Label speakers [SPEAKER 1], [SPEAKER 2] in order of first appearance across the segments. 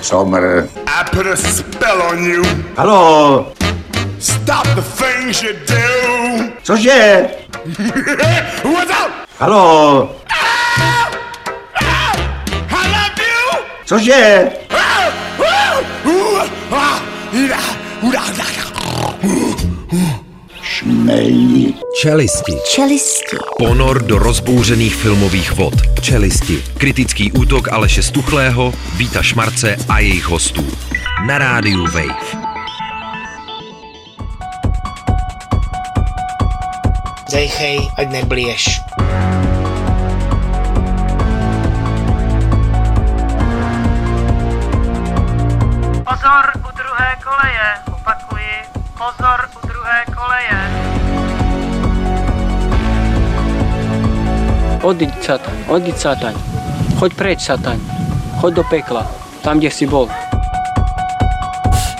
[SPEAKER 1] Summer.
[SPEAKER 2] I put a spell on you.
[SPEAKER 1] Halo,
[SPEAKER 2] Stop the things you do.
[SPEAKER 1] cože?
[SPEAKER 2] What's up?
[SPEAKER 1] Halo,
[SPEAKER 2] I love you.
[SPEAKER 1] cože?
[SPEAKER 2] Ah.
[SPEAKER 1] Šmej.
[SPEAKER 3] Čelisti.
[SPEAKER 4] Čelisti.
[SPEAKER 3] Ponor do rozbouřených filmových vod. Čelisti. Kritický útok Aleše Stuchlého, Víta Šmarce a jejich hostů. Na rádiu Wave.
[SPEAKER 5] Dejchej, ať neblíješ.
[SPEAKER 6] Pozor u druhé koleje, opakuji, pozor u druhé koleje.
[SPEAKER 7] Odiď, satan, odiď, satan. Choď preč, satan. Choď do pekla, tam, kde si bol.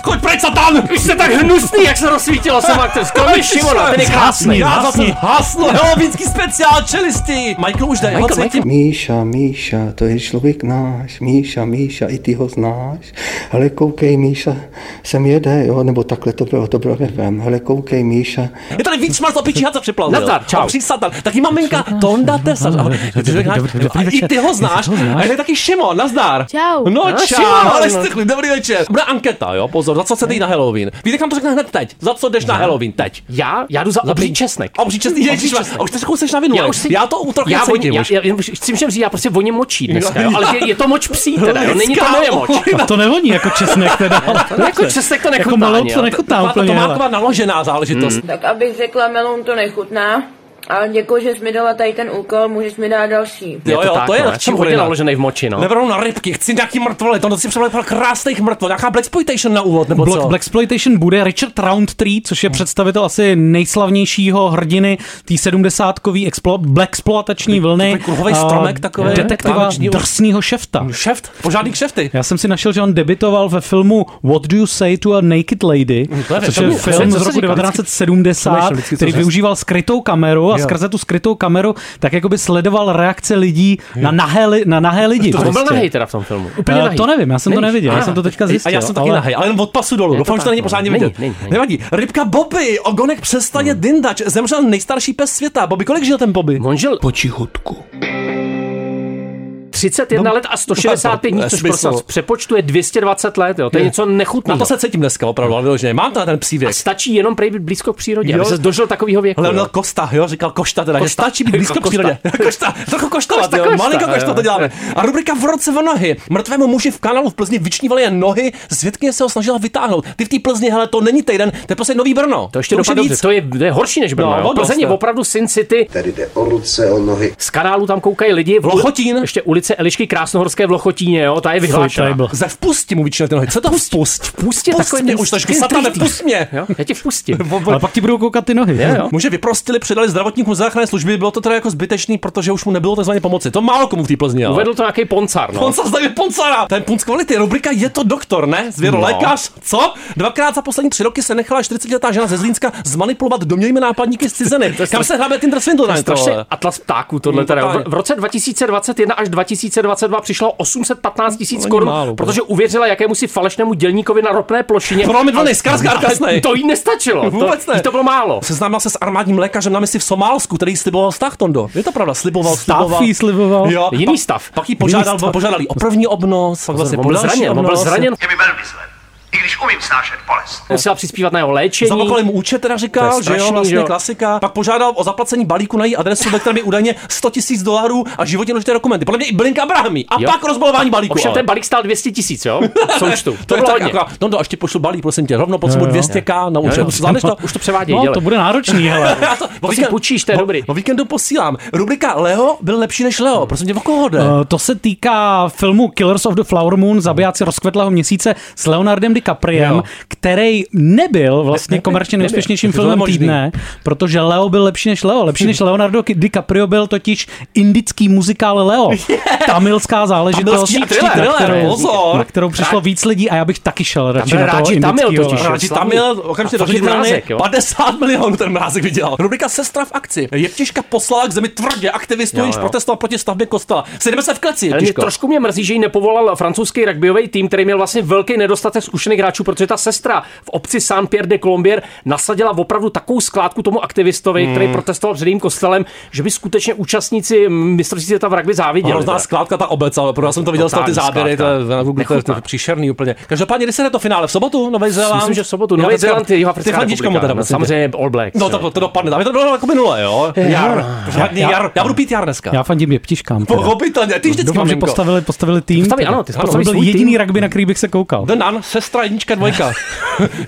[SPEAKER 8] Choď preč satán! Vy jste tak hnusný, jak se rozsvítila sama akce. Skonec Šimona, ten je krásný. Já zase hasnu. Helovinský speciál čelisti. Michael už daj, hoď světím.
[SPEAKER 9] Míša, Míša, to je člověk náš, Míša, Míša, i ty ho znáš. Hele, koukej, Míša, sem jede, jo, nebo takhle to bylo, to bylo nevím. Hele, koukej, Míša,
[SPEAKER 8] Je tady víc šmarc a pičí hadce přeplavil. Nazdar, čau. Přijď satan. Taky maminka Tonda Tesa. Ahoj, člověk náš. A I ty ho znáš. A je taky Šimon, nazdar.
[SPEAKER 4] Čau.
[SPEAKER 8] No čau,
[SPEAKER 4] Šimon.
[SPEAKER 8] ale strkli, dobrý večer. Bude anketa, jo, pozor, za co se jde na Halloween. Víte, kam to řekne hned teď? Za co jdeš na Halloween teď?
[SPEAKER 10] Já? Já jdu
[SPEAKER 8] No,
[SPEAKER 10] za obří česnek.
[SPEAKER 8] Obří čestný, ježišmarja,
[SPEAKER 10] česnek.
[SPEAKER 8] a už trošku seš na vinu.
[SPEAKER 10] Já už si-
[SPEAKER 8] Já to u- trochu
[SPEAKER 10] já,
[SPEAKER 8] cítím
[SPEAKER 10] voním, já,
[SPEAKER 8] už.
[SPEAKER 10] já, já, chci všem říct, já prostě voním močí dneska, jo, ale je, je to moč psí teda, jo, není to
[SPEAKER 8] Lidská
[SPEAKER 10] moje moč.
[SPEAKER 8] uhlina.
[SPEAKER 11] To nevoní jako česnek teda. ale
[SPEAKER 10] No, jako česnek to nechutná,
[SPEAKER 11] jako melon
[SPEAKER 10] jo.
[SPEAKER 11] to nechutná
[SPEAKER 8] Má to,
[SPEAKER 11] úplně.
[SPEAKER 8] to má
[SPEAKER 11] hele.
[SPEAKER 8] taková naložená záležitost.
[SPEAKER 10] Mm,
[SPEAKER 12] Tak abych řekla, melon to nechutná. Ale děkuji, že jsi mi dala tady ten úkol, můžeš mi dát další.
[SPEAKER 8] Jo,
[SPEAKER 10] je
[SPEAKER 8] jo,
[SPEAKER 10] to tak,
[SPEAKER 8] to je
[SPEAKER 10] no, já
[SPEAKER 8] lepší
[SPEAKER 10] jsem hodně
[SPEAKER 8] urina.
[SPEAKER 10] naložený v moči, no.
[SPEAKER 8] Neberou na rybky, chci nějaký mrtvole, to si převlekl krásných mrtvol, nějaká Blaxploitation na úvod, nebo co? Hmm.
[SPEAKER 11] Black, Blaxploitation bude Richard Roundtree, což je představitel asi nejslavnějšího hrdiny té sedmdesátkový explo- blaxploatační vlny.
[SPEAKER 8] takový kruhový
[SPEAKER 11] a eh,
[SPEAKER 8] stromek takovej,
[SPEAKER 11] Detektiva
[SPEAKER 8] vánoční-
[SPEAKER 11] drsného šefta.
[SPEAKER 8] Kšeft? Požádný kšefty.
[SPEAKER 11] Já jsem si našel, že on debitoval ve filmu What Do You Say to a Naked Lady,
[SPEAKER 8] Hmm,
[SPEAKER 10] to je
[SPEAKER 11] což
[SPEAKER 10] to
[SPEAKER 11] je
[SPEAKER 10] bylo-
[SPEAKER 11] film
[SPEAKER 10] co
[SPEAKER 11] z
[SPEAKER 10] se
[SPEAKER 11] roku
[SPEAKER 10] říká?
[SPEAKER 11] 1970,
[SPEAKER 8] vždycky to
[SPEAKER 11] který
[SPEAKER 8] říct.
[SPEAKER 11] využíval skrytou kameru a
[SPEAKER 8] Jo.
[SPEAKER 11] skrze tu skrytou kameru tak jakoby sledoval reakce lidí na nahé, li- na nahé lidi.
[SPEAKER 10] To byl
[SPEAKER 11] prostě.
[SPEAKER 10] nahej teda v tom filmu. Úplně
[SPEAKER 11] Eh,
[SPEAKER 10] nahej.
[SPEAKER 11] to nevím, já jsem to
[SPEAKER 10] Nevíš?
[SPEAKER 11] neviděl, já
[SPEAKER 10] Aha.
[SPEAKER 11] jsem to teďka
[SPEAKER 8] A
[SPEAKER 11] zjistil.
[SPEAKER 8] já jsem taky
[SPEAKER 11] ale-
[SPEAKER 8] nahej, ale jen od pasu dolů.
[SPEAKER 10] Je to
[SPEAKER 8] Doufám, že to
[SPEAKER 10] tak,
[SPEAKER 8] není
[SPEAKER 10] no.
[SPEAKER 8] pořádně
[SPEAKER 10] Není,
[SPEAKER 8] vidět.
[SPEAKER 10] není, No. není.
[SPEAKER 8] Nevadí. Rybka Bobby, ogonek přestaně dyndač, zemřel nejstarší pes světa. Bobby, kolik žil ten Bobby?
[SPEAKER 10] On žil
[SPEAKER 8] Počichutku.
[SPEAKER 10] 31 let a 165 dní,
[SPEAKER 8] Eh,
[SPEAKER 10] což
[SPEAKER 8] No,
[SPEAKER 10] prostě
[SPEAKER 8] smysl.
[SPEAKER 10] prosím, vás, přepočtu je 220 let, jo, to je
[SPEAKER 8] Je.
[SPEAKER 10] něco
[SPEAKER 8] Na to
[SPEAKER 10] nechutného.
[SPEAKER 8] se cítím dneska opravdu, ale vyloženě. Mám to ten psí věk.
[SPEAKER 10] A stačí jenom prej být blízko k přírodě, aby
[SPEAKER 8] Jo.
[SPEAKER 10] se dožil takového věku.
[SPEAKER 8] Leonel
[SPEAKER 10] jo.
[SPEAKER 8] no, Kosta, jo, říkal Košta teda, že
[SPEAKER 10] Košta.
[SPEAKER 8] stačí být blízko
[SPEAKER 10] Jako
[SPEAKER 8] k přírodě. Košta, trochu koštovat,
[SPEAKER 10] Košta,
[SPEAKER 8] jo,
[SPEAKER 10] košta,
[SPEAKER 8] malinko košta
[SPEAKER 10] jo.
[SPEAKER 8] to děláme. A rubrika v roce v nohy. Mrtvému muži v kanálu v Plzni vyčnívaly jen nohy, svědkyně se ho snažila vytáhnout. Ty v té Plzni, hele, to není týden, to je prostě nový Brno.
[SPEAKER 10] To ještě
[SPEAKER 8] už je
[SPEAKER 10] dopadlo,
[SPEAKER 8] víc.
[SPEAKER 10] to je, to je horší než Brno. No,
[SPEAKER 8] No, dost,
[SPEAKER 10] Plzeň je
[SPEAKER 8] no.
[SPEAKER 10] opravdu Sin City,
[SPEAKER 1] Tady jde o ruce, o nohy.
[SPEAKER 10] z kanálu tam koukají lidi. V
[SPEAKER 8] Lochotín.
[SPEAKER 10] Ještě ulice Elišky Krásnohorské v Lochotíně, jo, ta je vyhlášená.
[SPEAKER 8] Ze vpusti mu vyčnil ty nohy. Co to vpust? Vpust
[SPEAKER 10] je takový
[SPEAKER 8] mě
[SPEAKER 10] ten
[SPEAKER 8] už trošku.
[SPEAKER 10] skrytý
[SPEAKER 8] Satane,
[SPEAKER 10] týp.
[SPEAKER 8] vpust mě.
[SPEAKER 10] Jo, já tě vpustím.
[SPEAKER 11] Ale pak ti budou koukat ty nohy.
[SPEAKER 10] Jo, jo.
[SPEAKER 8] Muže vyprostili, předali zdravotníkům záchranné služby, bylo to teda jako zbytečný, protože už mu nebylo takzvaně pomoci. To málo komu v té Plzni, ale.
[SPEAKER 10] Uvedl to nějaký poncar, no.
[SPEAKER 8] Ponca zdaví Poncara. Ten punc kvality, rubrika Je to doktor, ne? Zvěro
[SPEAKER 10] No.
[SPEAKER 8] lékař, co? Dvakrát za poslední tři roky se nechala 40-letá žena ze Zlínska zmanipulovat domělými nápadníky z ciziny. Kam se hrabe Tinder Swindle, ne?
[SPEAKER 10] Strašně atlas ptáků tohle
[SPEAKER 8] Mm,
[SPEAKER 10] teda.
[SPEAKER 8] totálně.
[SPEAKER 10] V- V roce 2021 až 2022 přišlo 815 tisíc
[SPEAKER 8] není málo,
[SPEAKER 10] korun,
[SPEAKER 8] bro.
[SPEAKER 10] protože uvěřila jakému si falešnému dělníkovi na ropné plošině.
[SPEAKER 8] Prolomit vlny, Skarsgård jasnej.
[SPEAKER 10] To jí nestačilo.
[SPEAKER 8] Vůbec
[SPEAKER 10] to,
[SPEAKER 8] ne.
[SPEAKER 10] jí to bylo málo.
[SPEAKER 8] Seznámil se s armádním lékařem na misi v Somálsku, který sliboval vztah, Tondo. Je to pravda, sliboval, sliboval.
[SPEAKER 11] Stafí sliboval.
[SPEAKER 8] Jo,
[SPEAKER 10] Jiný
[SPEAKER 8] pak-
[SPEAKER 10] stav.
[SPEAKER 8] Pak jí požádal,
[SPEAKER 11] Jiný stav.
[SPEAKER 8] požádal jí o první obnos, pak zase
[SPEAKER 10] On byl
[SPEAKER 8] po další
[SPEAKER 10] zraněn, on byl
[SPEAKER 8] obnos.
[SPEAKER 10] zraněn,
[SPEAKER 2] Je mi velmi zle, i když umím snášet bolest.
[SPEAKER 8] No.
[SPEAKER 10] musela přispívat na jeho léčení.
[SPEAKER 8] Zablokali mu účet, teda
[SPEAKER 10] To
[SPEAKER 8] říkal,
[SPEAKER 10] je
[SPEAKER 8] že jo,
[SPEAKER 10] strašný, že
[SPEAKER 8] vlastně
[SPEAKER 10] jo.
[SPEAKER 8] klasika. Pak požádal o zaplacení balíku na její adresu, ve kterém je údajně 100 000 dolarů a životně důležité dokumenty. Podle mě i Blinka Abrahami. A
[SPEAKER 10] Jo.
[SPEAKER 8] pak rozbalování balíku.
[SPEAKER 10] Ovšem
[SPEAKER 8] ale.
[SPEAKER 10] ten balík stál 200 tisíc, jo? V součtu.
[SPEAKER 8] to
[SPEAKER 10] to
[SPEAKER 8] je
[SPEAKER 10] bylo
[SPEAKER 8] tak
[SPEAKER 10] hodně. No,
[SPEAKER 8] akorát, No, no, až ti pošlu balík, prosím tě, rovno potřebuji 200k na účet. Zvládneš to?
[SPEAKER 10] Už to převádí,
[SPEAKER 11] No,
[SPEAKER 10] dělej.
[SPEAKER 11] to bude náročný, hele.
[SPEAKER 8] Já to, o
[SPEAKER 10] si půjčíš, to je
[SPEAKER 8] o-
[SPEAKER 10] dobrý.
[SPEAKER 8] O víkendu posílám. Rubrika Leo byl lepší než Leo. Prosím tě, o koho
[SPEAKER 10] No,
[SPEAKER 8] jde?
[SPEAKER 11] Eh, To se týká filmu Killers of the Flower Moon, zabijáci rozkvetlého měsíce s Leonardem Capriem,
[SPEAKER 8] Jo.
[SPEAKER 11] který nebyl vlastně komerčně
[SPEAKER 8] nebyl.
[SPEAKER 11] nejúspěšnějším
[SPEAKER 8] To bylo
[SPEAKER 11] filmem
[SPEAKER 8] možný.
[SPEAKER 11] týdne, protože Leo byl lepší než Leo. Lepší než Leonardo DiCaprio byl totiž indický muzikál Leo. Tamilská záležitost,
[SPEAKER 10] Tamilský
[SPEAKER 11] na
[SPEAKER 10] thriller,
[SPEAKER 11] kterou-
[SPEAKER 8] pozor.
[SPEAKER 11] na kterou přišlo víc lidí a já bych taky šel radši na
[SPEAKER 10] byl
[SPEAKER 11] toho
[SPEAKER 10] Ráči Tamil
[SPEAKER 11] indickýho
[SPEAKER 10] totiž,
[SPEAKER 11] Lea.
[SPEAKER 8] Radši Tamil, okamžitě
[SPEAKER 10] A fakt je
[SPEAKER 8] dožitelný,
[SPEAKER 10] mrázek, jo?
[SPEAKER 8] 50 milionů ten mrázek vydělal. Rubrika Sestra v akci. Jeptiška poslala k zemi tvrdě aktivistů,
[SPEAKER 10] Jo,
[SPEAKER 8] jenž
[SPEAKER 10] jo.
[SPEAKER 8] protestoval proti stavbě kostela. Sejdeme se v kleci,
[SPEAKER 10] Ale mě
[SPEAKER 8] Jeptiško.
[SPEAKER 10] trošku mě mrzí, že ji nepovolal francouzský rugbyový tým, který měl vlastně velký nedostatek zkušených hráčů, protože ta sestra v obci San Pierre de Colombier nasadila opravdu takovou skládku tomu aktivistovi,
[SPEAKER 8] Hmm.
[SPEAKER 10] který protestoval před jejím kostelem, že by skutečně účastníci mistrovství světa v rugby záviděli.
[SPEAKER 8] Hrozná skládka ta obec, ale pro já jsem to viděl z toho ty
[SPEAKER 10] Totální
[SPEAKER 8] záběry, to je
[SPEAKER 10] skládka.
[SPEAKER 8] na Google, to je to je příšerný úplně. Každopádně, kdy se jde to finále? V sobotu? Nový Zéland?
[SPEAKER 10] Myslím, že v sobotu. Nový Zéland je
[SPEAKER 8] Ty
[SPEAKER 10] Jihoafrická
[SPEAKER 8] fandíčka mu
[SPEAKER 10] republika.
[SPEAKER 8] teda,
[SPEAKER 10] No,
[SPEAKER 8] prosím tě.
[SPEAKER 10] samozřejmě All Blacks.
[SPEAKER 8] No
[SPEAKER 10] jo.
[SPEAKER 8] to, to dopadne, tam je to dopadlo jako minule, jo?
[SPEAKER 10] Jo.
[SPEAKER 8] Jar, žádný
[SPEAKER 11] Já-
[SPEAKER 8] jar. Já budu pít jar dneska.
[SPEAKER 11] Já fandím jeptiškám. teda.
[SPEAKER 8] Pochopitelně, ty vždycky
[SPEAKER 11] Doufám, že
[SPEAKER 8] maminko.
[SPEAKER 11] postavili, postavili tým.
[SPEAKER 8] Postaví,
[SPEAKER 11] teda.
[SPEAKER 8] ano, ty jsi
[SPEAKER 11] Ano, to
[SPEAKER 8] postavil
[SPEAKER 11] byl
[SPEAKER 8] svůj
[SPEAKER 11] jediný
[SPEAKER 8] tým.
[SPEAKER 11] ragby, na který bych se koukal.
[SPEAKER 8] The Nun, sestra, jednička, dvojka.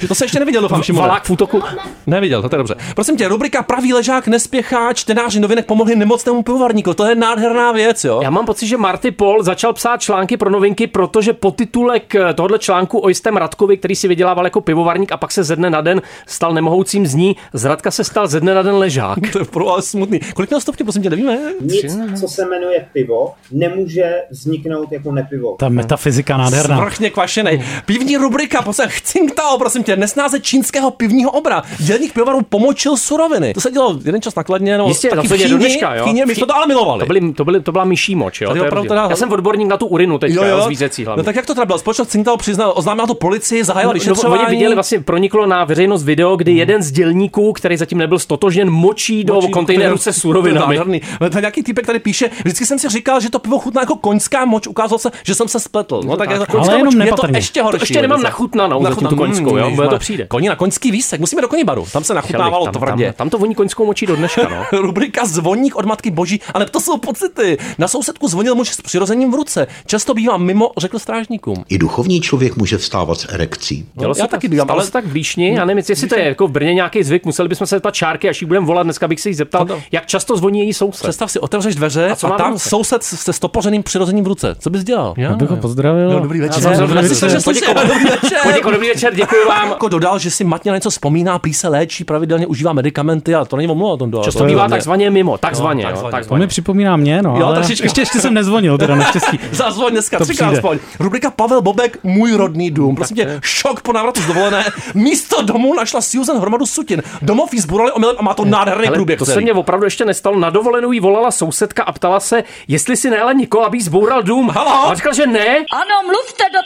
[SPEAKER 8] že to se ještě neviděl, doufám, Šimone.
[SPEAKER 10] Valák v útoku.
[SPEAKER 8] Neviděl, to je dobře. Prosím tě, rubrika Pravý ležák nespěchá, čtenáři novinek pomohli nemocnému pivovarníku, to je nádherná věc, jo?
[SPEAKER 10] Já mám pocit, že Marty Pol začal psát články pro novinky, protože potitulek eh, tohohle článku o jistém Radkovi, který si vydělával jako pivovarník a pak se ze dne na den stal nemohoucím z ní, z Radka se stal ze dne na den ležák.
[SPEAKER 8] To je pro vás smutný. Kolik měl stopně, prosím tě, nevíme?
[SPEAKER 4] Nic, co se jmenuje pivo, nemůže vzniknout jako nepivo.
[SPEAKER 11] Ta metafyzika nádherná.
[SPEAKER 8] Svrchně kvašený. Pivní rubrika, prosím, chcinktao, prosím tě, nesnáze čínského pivního obra. Dělník pivovarů pomočil suroviny. To se dělo jeden čas nakladně, no,
[SPEAKER 10] Jistě, to
[SPEAKER 8] taky
[SPEAKER 10] se
[SPEAKER 8] v
[SPEAKER 10] děje
[SPEAKER 8] Číně,
[SPEAKER 10] do dneška, jo.
[SPEAKER 8] v Číně, my
[SPEAKER 10] V Čí-
[SPEAKER 8] jsme to ale milovali.
[SPEAKER 10] To, byly, to, byly, to byla myší moč, jo.
[SPEAKER 8] Tady
[SPEAKER 10] to je
[SPEAKER 8] opravdu
[SPEAKER 10] rozdíl.
[SPEAKER 8] teda-
[SPEAKER 10] Já jsem odborník na tu urinu teďka, jo, jo. z vízecí hlavně.
[SPEAKER 8] No tak jak to teda bylo? Společnost Cintal přiznal, oznámila to policii, zahájila vyšetřování.
[SPEAKER 10] No, Oni viděli, vlastně proniklo na veřejnost video, kdy jeden z dělníků, který zatím nebyl stotožen, močí do
[SPEAKER 8] Močí
[SPEAKER 10] kontejneru
[SPEAKER 8] kontejner-
[SPEAKER 10] se
[SPEAKER 8] To je
[SPEAKER 10] surovinami.
[SPEAKER 8] nádherný. Ale Tady nějaký týpek tady píše, vždycky jsem si říkal, že to pivo chutná jako koňská moč, ukázalo se, že jsem se spletl. No, tak,
[SPEAKER 10] tak.
[SPEAKER 8] jako
[SPEAKER 10] Ale
[SPEAKER 8] koňská
[SPEAKER 10] jenom
[SPEAKER 8] moč, je to
[SPEAKER 10] nepatrně.
[SPEAKER 8] ještě
[SPEAKER 10] To
[SPEAKER 8] horší.
[SPEAKER 10] ještě nemám
[SPEAKER 8] velice.
[SPEAKER 10] nachutnanou zatím tu
[SPEAKER 8] Nachutnanou,
[SPEAKER 10] koňskou,
[SPEAKER 8] mm,
[SPEAKER 10] jo, bude to
[SPEAKER 8] ježišmarja.
[SPEAKER 10] přijde.
[SPEAKER 8] Koni na koňský výsek, musíme do konibaru, tam se nachutnávalo
[SPEAKER 10] Chtěli, tam-
[SPEAKER 8] tvrdě.
[SPEAKER 10] tam- tam to voní koňskou močí do dneška, no.
[SPEAKER 8] Rubrika Zvoník od matky boží, ale to jsou pocity. Na sousedku zvonil muž s přirozením v ruce. Často bývá mimo, řekl strážníkům.
[SPEAKER 13] I duchovní člověk může vstávat s erekcí.
[SPEAKER 10] Dělo
[SPEAKER 8] No, já
[SPEAKER 10] se
[SPEAKER 8] taky
[SPEAKER 10] taky
[SPEAKER 8] bývám,
[SPEAKER 10] stalo
[SPEAKER 8] ale-
[SPEAKER 10] ale... se tak v Blíšni, já nevím, jestli to je jako v Brně nějaký zvyk, museli bychom se zeptat čárky, až jí budeme volat, dneska bych se jí zeptal, jak často zvoní její soused.
[SPEAKER 8] Představ si, otevřeš dveře a,
[SPEAKER 10] co má
[SPEAKER 8] a
[SPEAKER 10] v
[SPEAKER 8] tam
[SPEAKER 10] ruce?
[SPEAKER 8] soused se stopořeným přirozením v ruce. Co bys dělal? Já
[SPEAKER 11] bych ho pozdravil.
[SPEAKER 8] Jo, dobrý večer.
[SPEAKER 11] Já jsem
[SPEAKER 8] Dobrý
[SPEAKER 11] zrovna
[SPEAKER 8] večer.
[SPEAKER 11] slyšel, že
[SPEAKER 8] Poděko-
[SPEAKER 11] slyšel.
[SPEAKER 8] Dobrý večer.
[SPEAKER 11] Poděko-
[SPEAKER 10] dobrý večer, děkuji vám.
[SPEAKER 8] Jako dodal, že si Matně na něco vzpomíná, prý se léčí, pravidelně užívá medicamenty, ale to není omluva Tondo.
[SPEAKER 10] Často
[SPEAKER 8] To je-
[SPEAKER 10] bývá takzvaně mimo, takzvaně,
[SPEAKER 8] No,
[SPEAKER 10] jo,
[SPEAKER 8] takzvaně.
[SPEAKER 11] To mi připomíná mě, no.
[SPEAKER 8] Jo,
[SPEAKER 11] ale
[SPEAKER 8] trošičku.
[SPEAKER 11] ještě, ještě jsem nezvonil, teda naštěstí.
[SPEAKER 8] Zazvoň dneska,
[SPEAKER 11] To
[SPEAKER 8] třikrát
[SPEAKER 11] přijde.
[SPEAKER 8] aspoň. Rubrika Pavel Bobek, můj rodný dům. Prosím tě, šok po návratu z dovolené. Místo domu našla Susan hromadu sutin. Domov jí zburali omylem a má to nádherný
[SPEAKER 10] Hele,
[SPEAKER 8] průběh.
[SPEAKER 10] to se
[SPEAKER 8] celý.
[SPEAKER 10] mě opravdu ještě nestalo. Na dovolenou jí volala sousedka a ptala se, jestli si najela někoho, aby jí zboural dům.
[SPEAKER 8] Halo?
[SPEAKER 10] A on říkal, že ne.
[SPEAKER 14] Ano, mluvte do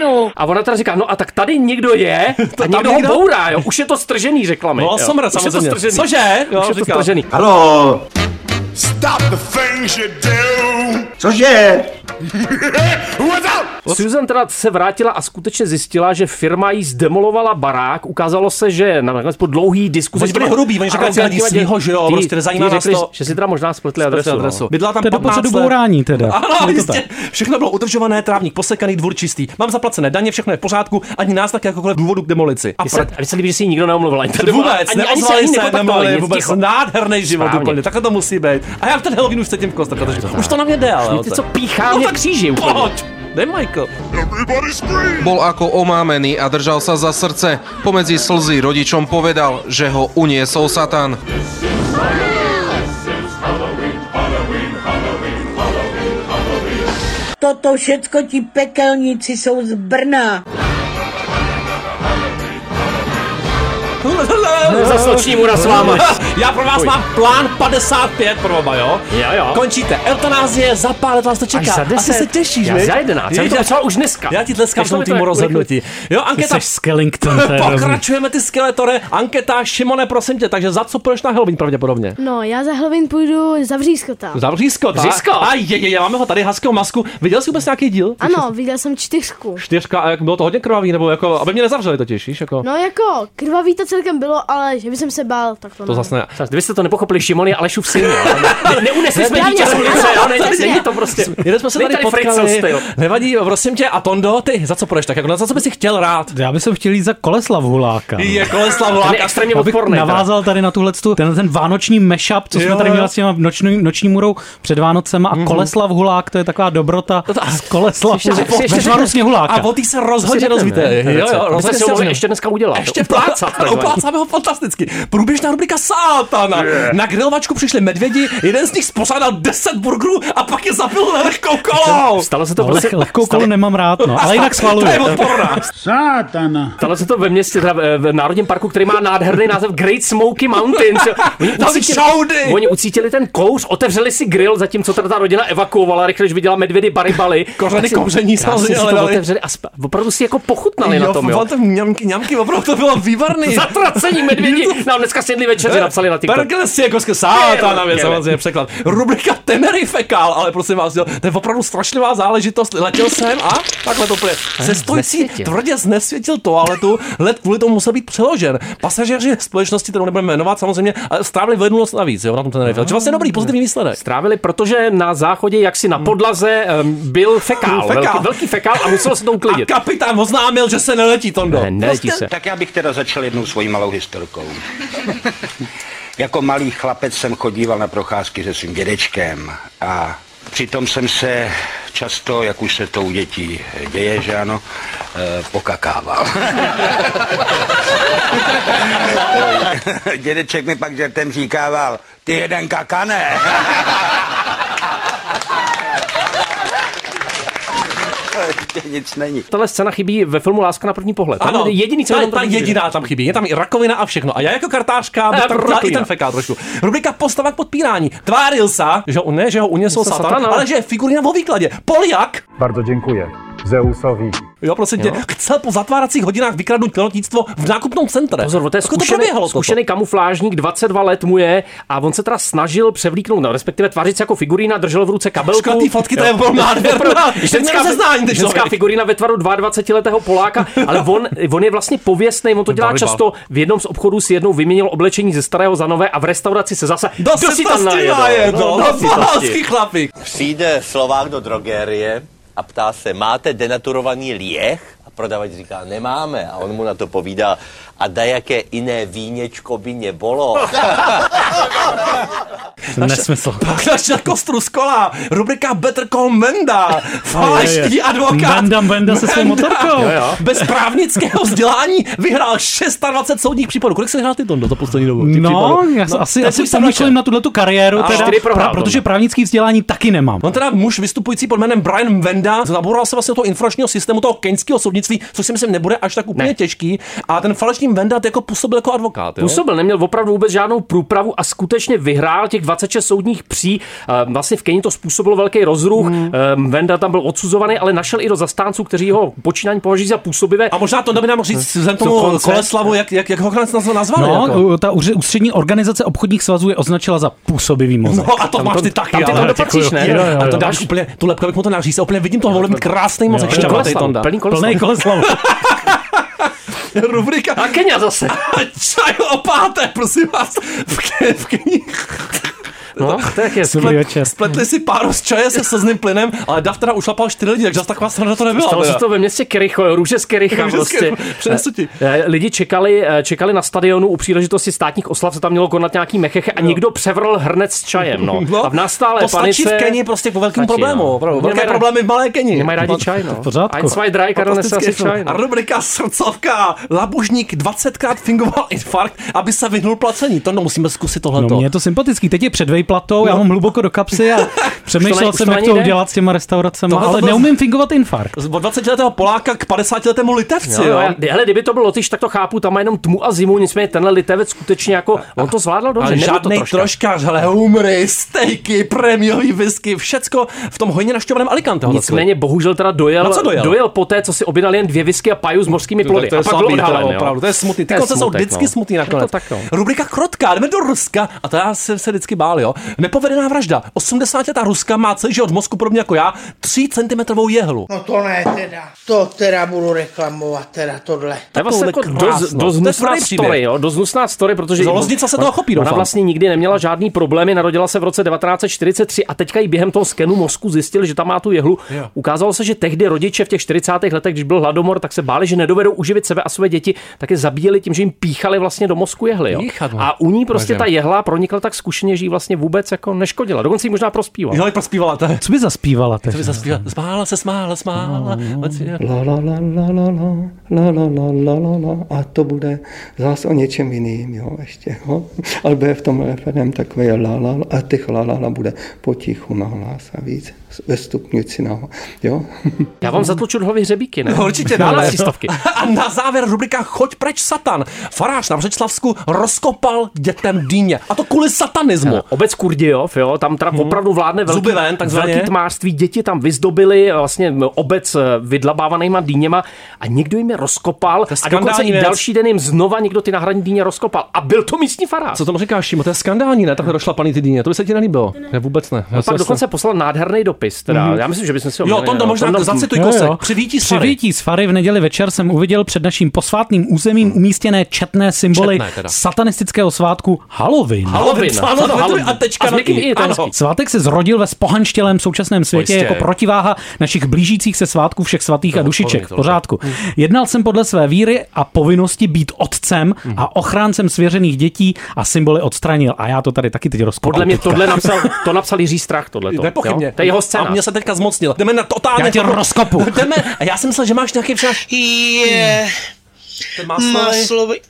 [SPEAKER 14] telefonu.
[SPEAKER 10] A ona teda říká, no a tak tady někdo je a
[SPEAKER 8] tam
[SPEAKER 10] někdo ho
[SPEAKER 8] někdo-
[SPEAKER 10] bourá, jo. Už je to stržený, řekla mi.
[SPEAKER 8] No,
[SPEAKER 10] jo.
[SPEAKER 8] somr,
[SPEAKER 10] Už je to
[SPEAKER 8] samozřejmě.
[SPEAKER 10] stržený.
[SPEAKER 8] Cože? Jo,
[SPEAKER 10] Už je to
[SPEAKER 8] říkal.
[SPEAKER 10] stržený.
[SPEAKER 1] Halo,
[SPEAKER 2] Stop the things you do.
[SPEAKER 1] cože?
[SPEAKER 2] What's up?
[SPEAKER 10] Susan teda se vrátila a skutečně zjistila, že firma jí zdemolovala barák. Ukázalo se, že na- nakonec po dlouhý diskuzi...
[SPEAKER 8] Oni byli hrubí, oni řekli,
[SPEAKER 10] arrogantníma
[SPEAKER 8] "Dělají svýho,
[SPEAKER 10] dě-
[SPEAKER 8] že jo,
[SPEAKER 10] ty-
[SPEAKER 8] prostě nezajímá
[SPEAKER 10] ty
[SPEAKER 8] nás
[SPEAKER 10] řekli,
[SPEAKER 8] to."
[SPEAKER 10] Že si teda možná spletli adresu.
[SPEAKER 8] adresu.
[SPEAKER 10] no.
[SPEAKER 8] Bydlela tam
[SPEAKER 11] To je do
[SPEAKER 8] 15
[SPEAKER 11] pochodu
[SPEAKER 8] let.
[SPEAKER 11] bourání teda.
[SPEAKER 8] Ano,
[SPEAKER 11] Je to
[SPEAKER 8] jistě. Všechno bylo udržované, trávník posekaný, dvůr čistý. Mám zaplacené daně, všechno je v pořádku, ani náznak jakoukoliv důvodu k demolici. A
[SPEAKER 10] Mně se-
[SPEAKER 8] prd.
[SPEAKER 10] Mně se líbí, že si ji nikdo neomluvil. Ani to
[SPEAKER 8] Vůbec,
[SPEAKER 10] ani, ani se
[SPEAKER 8] neozvali
[SPEAKER 10] ani
[SPEAKER 8] se,
[SPEAKER 10] nekontaktovali,
[SPEAKER 8] nemluvili
[SPEAKER 10] nic,
[SPEAKER 8] vůbec.
[SPEAKER 10] ticho.
[SPEAKER 8] Nádherný život
[SPEAKER 10] Správně.
[SPEAKER 8] úplně, takhle to musí být. A já v ten Halloween už cítím v kostech, protože už to na mě jde, ale.
[SPEAKER 10] Už něco píchá mě kříži úplně.
[SPEAKER 8] No Pojď, dej Michael.
[SPEAKER 15] Bol ako omámený a držal sa za srdce. Pomedzi slzy rodičom povedal, že ho uniesol Satan.
[SPEAKER 16] Toto všecko ti pekelníci jsou z Brna.
[SPEAKER 10] Zas noční můra s váma.
[SPEAKER 8] Já pro vás
[SPEAKER 10] Fuj.
[SPEAKER 8] mám plán 55 pro oba, jo?
[SPEAKER 10] Jo, jo.
[SPEAKER 8] Končíte. Eutanázie, za pár let vás to
[SPEAKER 10] Až
[SPEAKER 8] čeká.
[SPEAKER 10] za
[SPEAKER 8] Asi
[SPEAKER 10] 10?
[SPEAKER 8] se těšíš,
[SPEAKER 10] Já
[SPEAKER 8] ne?
[SPEAKER 10] za 11, já bych to potřeboval už dneska.
[SPEAKER 8] Já ti tleskám
[SPEAKER 10] Nešlo
[SPEAKER 8] tomu
[SPEAKER 10] mi to
[SPEAKER 8] týmu
[SPEAKER 10] tak
[SPEAKER 8] rozhodnutí. Jo, anketa.
[SPEAKER 11] Ty jsi Skellington, to je hrozný.
[SPEAKER 8] Pokračujeme ty skeletore. Anketa, Šimone, prosím tě, takže za co půjdeš na Halloween pravděpodobně?
[SPEAKER 17] No, já za Halloween půjdu za vřízkota.
[SPEAKER 8] Za vřízko, tak?
[SPEAKER 17] Vřízko?
[SPEAKER 8] A je, je, je, máme ho tady, haského masku. Viděl jsi vůbec nějaký díl?
[SPEAKER 17] Ano, viděl jsem čtyřku.
[SPEAKER 8] Čtyřka, a jak bylo to hodně krvavý, nebo jako, aby mě nezavřeli totiž, víš, jako.
[SPEAKER 17] No jako, krvavý to celkem bylo, ale že by jsem se bál, tak to,
[SPEAKER 10] To
[SPEAKER 17] ne.
[SPEAKER 10] zase ne. Kdybyste to nepochopili, Šimon je Alešův syn. jo. Ne- Neunesli jsme
[SPEAKER 17] Správně,
[SPEAKER 10] dítě z ulice,
[SPEAKER 17] ano,
[SPEAKER 10] jo, ne,
[SPEAKER 17] přesně.
[SPEAKER 10] není to prostě.
[SPEAKER 8] Jeden jsme se
[SPEAKER 10] Není
[SPEAKER 8] tady,
[SPEAKER 10] tady Fritzl
[SPEAKER 8] potkali.
[SPEAKER 10] styl.
[SPEAKER 8] Nevadí, prosím tě. A Tondo, ty za co půjdeš tak? Jako, na- za co bys si chtěl rád?
[SPEAKER 11] Já bych chtěl jít za Koleslav Huláka.
[SPEAKER 8] Je Koleslav Hulák, extrémně
[SPEAKER 11] Abych
[SPEAKER 8] odporný teda.
[SPEAKER 11] Navázal tady na tuhle tu, ten, ten vánoční mashup, co
[SPEAKER 8] Jo,
[SPEAKER 11] jsme tady
[SPEAKER 8] jo. Mhm.
[SPEAKER 11] měli s těma noční, noční murou před Vánocema a Koleslav Hulák, to je taková dobrota. A Koleslav
[SPEAKER 10] Ještě-
[SPEAKER 11] Hulák,
[SPEAKER 10] ještě-
[SPEAKER 11] ve Svarusně Huláka.
[SPEAKER 8] A o tý se rozhodně dozvíte. Jo, jo,
[SPEAKER 10] se no,
[SPEAKER 8] rozhodně se
[SPEAKER 10] vlastně ho
[SPEAKER 8] dozvíme.
[SPEAKER 10] ještě dneska udělat.
[SPEAKER 8] Ještě plácat. Ano, plácáme ho fantasticky. Průběžná rubrika Sátana.
[SPEAKER 10] Yeah.
[SPEAKER 8] Na grilovačku přišli medvědi, jeden z nich spořádal 10 burgerů a pak je zabil lehkou kolou.
[SPEAKER 10] Stalo se
[SPEAKER 11] to
[SPEAKER 8] prostě-
[SPEAKER 11] no, leh, lehkou kolu nemám rád, no, ale jinak schvaluju.
[SPEAKER 10] Sátana. Stalo se to ve městě, teda eh, v, v Národním parku, který má nádherný název Great Smoky Mountains. Oni
[SPEAKER 8] Tam šoudy!
[SPEAKER 10] oni ucítili ten kouř, otevřeli si grill, zatímco teda ta rodina evakuovala, rychle, když viděla medvědy baribaly.
[SPEAKER 8] Kořeny
[SPEAKER 10] tak si-
[SPEAKER 8] kouření
[SPEAKER 10] krásně
[SPEAKER 8] samozřejmě
[SPEAKER 10] si to
[SPEAKER 8] hledali.
[SPEAKER 10] otevřeli a sp- opravdu si jako pochutnali na tom, jo.
[SPEAKER 8] fakt Mňamky, mňamky, opravdu to bylo výborný.
[SPEAKER 10] Zatracení medvědi nám dneska snědli
[SPEAKER 8] Eh,
[SPEAKER 10] večeři, napsali na TikTok.
[SPEAKER 8] Perkele si jako sátana,
[SPEAKER 10] Perkele.
[SPEAKER 8] je samozřejmě překlad. Rubrika Tenerife Kál, ale prosím vás, jo, to je opravdu strašlivá záležitost. Letěl jsem a takhle to půjde.
[SPEAKER 10] Eh,
[SPEAKER 8] Cestující
[SPEAKER 10] Znesvětil.
[SPEAKER 8] tvrdě znesvětil toaletu, let kvůli tomu musel být přeložen. Pasažéři společnosti, kterou nebudeme jmenovat, samozřejmě, ale strávili v jednu noc navíc, jo, na tom Tenerife. Či vlastně dobrý, pozitivní výsledek.
[SPEAKER 10] Strávili, protože na záchodě jaksi na podlaze um, byl fekál,
[SPEAKER 8] Fekál.
[SPEAKER 10] Velký, velký fekál a muselo se to uklidit.
[SPEAKER 8] A kapitán oznámil, že se neletí, Tondo. Prostě
[SPEAKER 10] Ne, neletí se.
[SPEAKER 18] Tak já bych teda začal jednou svojí malou historkou. jako malý chlapec jsem chodíval na procházky se svým dědečkem a přitom jsem se často, jak už se to u dětí děje, že ano, eh, pokakával. Dědeček mi pak žertem říkával, ty jeden kakane. Ještě nic není.
[SPEAKER 10] Tahle scéna chybí ve filmu Láska na první pohled. Tam
[SPEAKER 8] Ano,
[SPEAKER 10] je jediný, co
[SPEAKER 8] ta,
[SPEAKER 10] tam
[SPEAKER 8] ta
[SPEAKER 10] chybí.
[SPEAKER 8] jediná tam chybí. Je tam i rakovina a všechno. A já jako kartářka bych tam
[SPEAKER 10] proto
[SPEAKER 8] dala i
[SPEAKER 10] klína.
[SPEAKER 8] ten fekál trošku. Rubrika postava k podpírání. Tváril se, že ho, ne, že ho unesl
[SPEAKER 10] Unesl
[SPEAKER 8] satan,
[SPEAKER 10] satan, ale-
[SPEAKER 8] ale že je figurína vo výkladě. Poliak,
[SPEAKER 19] Bardzo dziękuję. Zeusowi.
[SPEAKER 8] jo, prosím tě,
[SPEAKER 19] Jo.
[SPEAKER 8] chcel po zatváracích hodinách vykradnout pilotnictvo v nákupnom centre.
[SPEAKER 10] Pozor, on to je
[SPEAKER 8] Jako to
[SPEAKER 10] zkušený,
[SPEAKER 8] proběhlo toto?
[SPEAKER 10] zkušený kamuflážník, 22 let mu je a on se teda snažil převlíknout, no, respektive tvářit se jako figurína, držel v ruce kabelku.
[SPEAKER 8] Škoda, ty fotky, to
[SPEAKER 10] Jo.
[SPEAKER 8] je opravdu nádherná.
[SPEAKER 10] ženská,
[SPEAKER 8] Seznání, ty
[SPEAKER 10] ženská
[SPEAKER 8] člověk.
[SPEAKER 10] figurína ve tvaru 22-letého Poláka, ale on, on je vlastně pověstný, on to dělá
[SPEAKER 8] Baribal.
[SPEAKER 10] často. V jednom z obchodů si jednou vyměnil oblečení ze starého za nové a v restauraci se zase
[SPEAKER 8] Do sytosti najedou, no, polácký chlapík.
[SPEAKER 20] Přijde Slovák do drogerie a ptá se, máte denaturovaný lieh? A prodavač říká, nemáme. A on mu na to povídá, a dajaké jiné víněčko by nebylo.
[SPEAKER 11] Nesmysl.
[SPEAKER 8] Pak náš na kostru z kola, rubrika Better Call Menda,
[SPEAKER 11] Aj,
[SPEAKER 8] falešný
[SPEAKER 11] aj, aj.
[SPEAKER 8] advokát.
[SPEAKER 11] Menda, Menda se svou
[SPEAKER 8] Menda.
[SPEAKER 11] motorkou. Jo, jo.
[SPEAKER 8] Bez právnického vzdělání vyhrál 26 soudních případů. Kolik jsi hrál ty, Tondo, za poslední dobu? těch
[SPEAKER 11] No,
[SPEAKER 8] případů?
[SPEAKER 11] já no, asi,
[SPEAKER 8] teď
[SPEAKER 11] asi
[SPEAKER 8] jsem
[SPEAKER 11] pomýšlím na tuhle tu kariéru,
[SPEAKER 8] A
[SPEAKER 11] teda,
[SPEAKER 8] čtyři prohrál,
[SPEAKER 11] pra, protože právnický vzdělání taky nemám.
[SPEAKER 8] On teda muž vystupující pod jménem Brian Venda zaboural se vlastně do toho informačního systému toho keňského soudnictví, což si myslím nebude až tak úplně ne. těžký. A ten falešný Venda jako působil jako advokát. Jo?
[SPEAKER 10] Působil, neměl opravdu vůbec žádnou průpravu a skutečně vyhrál těch 26 soudních pří. Eh, Vlastně v Keni to způsobilo velký rozruch.
[SPEAKER 8] Hmm.
[SPEAKER 10] Mm. Venda tam byl odsuzovaný, ale našel i do zastánců, kteří jeho počínání považují za působivé. A
[SPEAKER 8] možná to by nám říct vzhledem tomu Koleslavu, jak, jak, jak ho konec nazvali.
[SPEAKER 11] No,
[SPEAKER 8] jako.
[SPEAKER 11] u- ta úři- ústřední organizace obchodních svazů je označila za působivý mozek.
[SPEAKER 8] No a to máš ty taky, ale
[SPEAKER 11] Děkuju.
[SPEAKER 8] Jo, jo,
[SPEAKER 11] jo.
[SPEAKER 8] a to dáš úplně, tu lepku, abych mu to nařízl, úplně vidím toho, volím krásný mozek, šťavatý Tonda.
[SPEAKER 11] Plný koleslavu.
[SPEAKER 8] Rubrika.
[SPEAKER 10] A Kenia zase.
[SPEAKER 8] Čaj o páté, prosím vás. V, ke, v Keni.
[SPEAKER 10] No, tak je.
[SPEAKER 11] Dobrý večer.
[SPEAKER 8] Spletli si páru z čaje se slzným plynem, ale Dav teda ušlapal čtyři lidi, takže zase taková strana to nebyla.
[SPEAKER 10] Stalo se
[SPEAKER 8] teda.
[SPEAKER 10] to ve městě Kericho, jo, růže z Kericha
[SPEAKER 8] Růže z
[SPEAKER 10] prostě.
[SPEAKER 8] Kericha, přinesu ti.
[SPEAKER 10] Eh, Lidi čekali, eh, čekali na stadionu u příležitosti státních oslav, se tam mělo konat nějaký mecheche a někdo převrl hrnec s čajem, no.
[SPEAKER 8] No,
[SPEAKER 10] A v nastálé
[SPEAKER 8] to stačí
[SPEAKER 10] panice...
[SPEAKER 8] v Keni prostě po velkým
[SPEAKER 10] Stačí,
[SPEAKER 8] problému,
[SPEAKER 10] no.
[SPEAKER 8] opravdu. Velké
[SPEAKER 10] Nemají
[SPEAKER 8] problémy
[SPEAKER 10] rádi-
[SPEAKER 8] v malé Keni.
[SPEAKER 10] Nemají rádi čaj, no. Ein, zwei, drei, Karel nese asi čaj,
[SPEAKER 8] Fantastické A
[SPEAKER 10] no.
[SPEAKER 8] rubrika srdcovka. Labužník 20krát fingoval infarkt, aby se vyhnul placení. To no, musíme zkusit tohleto.
[SPEAKER 11] No, mě je to sympatický. Teď je před vejplatou, já mám hluboko do kapsy a
[SPEAKER 8] Už to ne-
[SPEAKER 11] přemýšlel
[SPEAKER 8] už
[SPEAKER 11] jsem,
[SPEAKER 8] to
[SPEAKER 11] jak
[SPEAKER 8] ani
[SPEAKER 11] to
[SPEAKER 8] jde?
[SPEAKER 11] udělat s těma restauracemi,
[SPEAKER 8] Tohle to
[SPEAKER 11] ale
[SPEAKER 8] byl-
[SPEAKER 11] neumím fingovat infarkt.
[SPEAKER 8] Od 20 letého Poláka k 50 letému litevci,
[SPEAKER 10] Jo,
[SPEAKER 8] jo.
[SPEAKER 10] jo. já- Hele, kdyby to byl Lotyš, tak to chápu, tam má jenom tmu a zimu, nicméně tenhle litevec skutečně jako, on to zvládl dobře.
[SPEAKER 8] Ale
[SPEAKER 10] nebyl
[SPEAKER 8] žádnej
[SPEAKER 10] to
[SPEAKER 8] troška. troškař, hele, humry, stejky, prémiový whisky, všecko v tom hojně našťovaném Alicante.
[SPEAKER 10] Nicméně bohužel teda dojel,
[SPEAKER 8] Na co dojel?
[SPEAKER 10] dojel po té, co si objednal jen dvě whisky a paju s mořskými plody.
[SPEAKER 8] To je
[SPEAKER 10] a pak byl
[SPEAKER 8] slabý,
[SPEAKER 10] odhalen,
[SPEAKER 8] to,
[SPEAKER 10] jo.
[SPEAKER 8] opravdu, to je smutný. Ty
[SPEAKER 10] To je
[SPEAKER 8] konce jsou
[SPEAKER 10] smutek,
[SPEAKER 8] vždycky
[SPEAKER 10] no.
[SPEAKER 8] smutný
[SPEAKER 10] Je to
[SPEAKER 8] nakonec.
[SPEAKER 10] tak, no.
[SPEAKER 8] Rubrika Krotká, jdeme do Ruska a to já jsem se vždycky bál, jo. jo. Nepovedená vražda. 80-letá Ruska má, což je od mozku podobně jako já, 3 cm jehlu.
[SPEAKER 16] No to ne teda, to teda budu reklamovat, teda tohle.
[SPEAKER 10] To je vlastně jako dost, dost hnusná story, jo? dost hnusná story, protože...
[SPEAKER 8] Zoloznica se toho chopí,
[SPEAKER 10] Ona
[SPEAKER 8] doufám.
[SPEAKER 10] vlastně nikdy neměla žádný problémy, narodila se v roce 1943 a teďka i během toho skenu mozku zjistili, že tam má tu jehlu.
[SPEAKER 8] Jo.
[SPEAKER 10] Ukázalo se, že tehdy rodiče v těch 40. letech, když byl hladomor, tak se báli, že nedovedou uživit sebe a své děti, tak je zabíjeli tím, že jim píchali vlastně do mozku jehly. Jo?
[SPEAKER 8] Píchat, no.
[SPEAKER 10] A u ní prostě
[SPEAKER 8] Vážně.
[SPEAKER 10] ta jehla pronikla tak zkušeně, že jí vlastně vůbec jako neškodila. Dokonce jí možná prospívala.
[SPEAKER 8] Jo, ale prospívala to.
[SPEAKER 11] Co by zaspívala teď?
[SPEAKER 8] Co by zaspívala? Smála se, smála, smála.
[SPEAKER 10] No.
[SPEAKER 9] La la la la la la, la la la la la la no, a to bude zase o něčem jiným, jo, ještě, jo. Ale bude v tom referem takový la la la a těch la la la bude potichu nahlas a víc ve stupňuci naho, jo.
[SPEAKER 10] Já vám zatluču do hlavy hřebíky, ne?
[SPEAKER 8] No, určitě ne.
[SPEAKER 10] Dá na
[SPEAKER 8] ale-
[SPEAKER 10] přístavky.
[SPEAKER 8] A na závěr rubrika Choď preč satan. Farář na Břeclavsku rozkopal dětem dýně. A to kvůli satanismu.
[SPEAKER 10] Hele, Obec Kurdějov, jo, tam teda opravdu vládne velký,
[SPEAKER 8] Hmm. Zuby ven, takzvaně.
[SPEAKER 10] velký tmářství, děti tam vyzdobili vlastně obec eh, vydlabávanýma dýněma a někdo jim je rozkopal a dokonce
[SPEAKER 8] skandální
[SPEAKER 10] i
[SPEAKER 8] věc.
[SPEAKER 10] další den jim znova někdo ty náhradní dýně rozkopal a byl to místní farář.
[SPEAKER 8] Co tomu říkáš, Šimo? To je skandální, ne? Takhle došla paní ty dýně. To by se ti nelíbilo. Ne, vůbec ne.
[SPEAKER 10] A pak dokonce poslal nádherný dopis, teda.
[SPEAKER 11] Mhm.
[SPEAKER 10] Já myslím, že bychom si ho
[SPEAKER 8] Jo,
[SPEAKER 10] měli,
[SPEAKER 8] Tondo,
[SPEAKER 10] no.
[SPEAKER 8] možná zacituj
[SPEAKER 11] Jo,
[SPEAKER 8] kousek.
[SPEAKER 11] jo.
[SPEAKER 8] Přivítí z fary.
[SPEAKER 11] Přivítí z fary v neděli večer jsem uviděl před naším posvátným územím umístěné četné symboly
[SPEAKER 8] Hmm. Četné teda.
[SPEAKER 11] satanistického svátku Halloween.
[SPEAKER 8] Halloween. Ano, ano, Halloween. a tečka
[SPEAKER 11] A
[SPEAKER 8] na
[SPEAKER 11] s někým
[SPEAKER 8] i,
[SPEAKER 11] i, to je
[SPEAKER 8] ano.
[SPEAKER 10] No.
[SPEAKER 11] hezký. Svátek se zrodil ve spohanštělém současném světě
[SPEAKER 8] jistě.
[SPEAKER 11] jako protiváha našich blížících se svátků všech svatých a dušiček. V
[SPEAKER 8] tohle.
[SPEAKER 11] pořádku. Hmm. Jednal jsem podle své víry a povinnosti být otcem
[SPEAKER 10] Hmm.
[SPEAKER 11] a ochráncem svěřených dětí a symboly odstranil. A já to tady taky teď rozkopal.
[SPEAKER 10] Podle mě
[SPEAKER 11] teďka.
[SPEAKER 10] tohle napsal, to napsal Jiří Strach, tohle.
[SPEAKER 8] Nepochybně.
[SPEAKER 10] To je jeho
[SPEAKER 8] A
[SPEAKER 10] scénář.
[SPEAKER 8] mě se teďka zmocnil. Jdeme na totálně.
[SPEAKER 11] Já tě
[SPEAKER 8] podro-
[SPEAKER 11] rozkopu.
[SPEAKER 8] Jdeme. A já jsem myslel, že máš nějaký však.
[SPEAKER 5] Je.
[SPEAKER 8] Ten
[SPEAKER 5] Maslovej.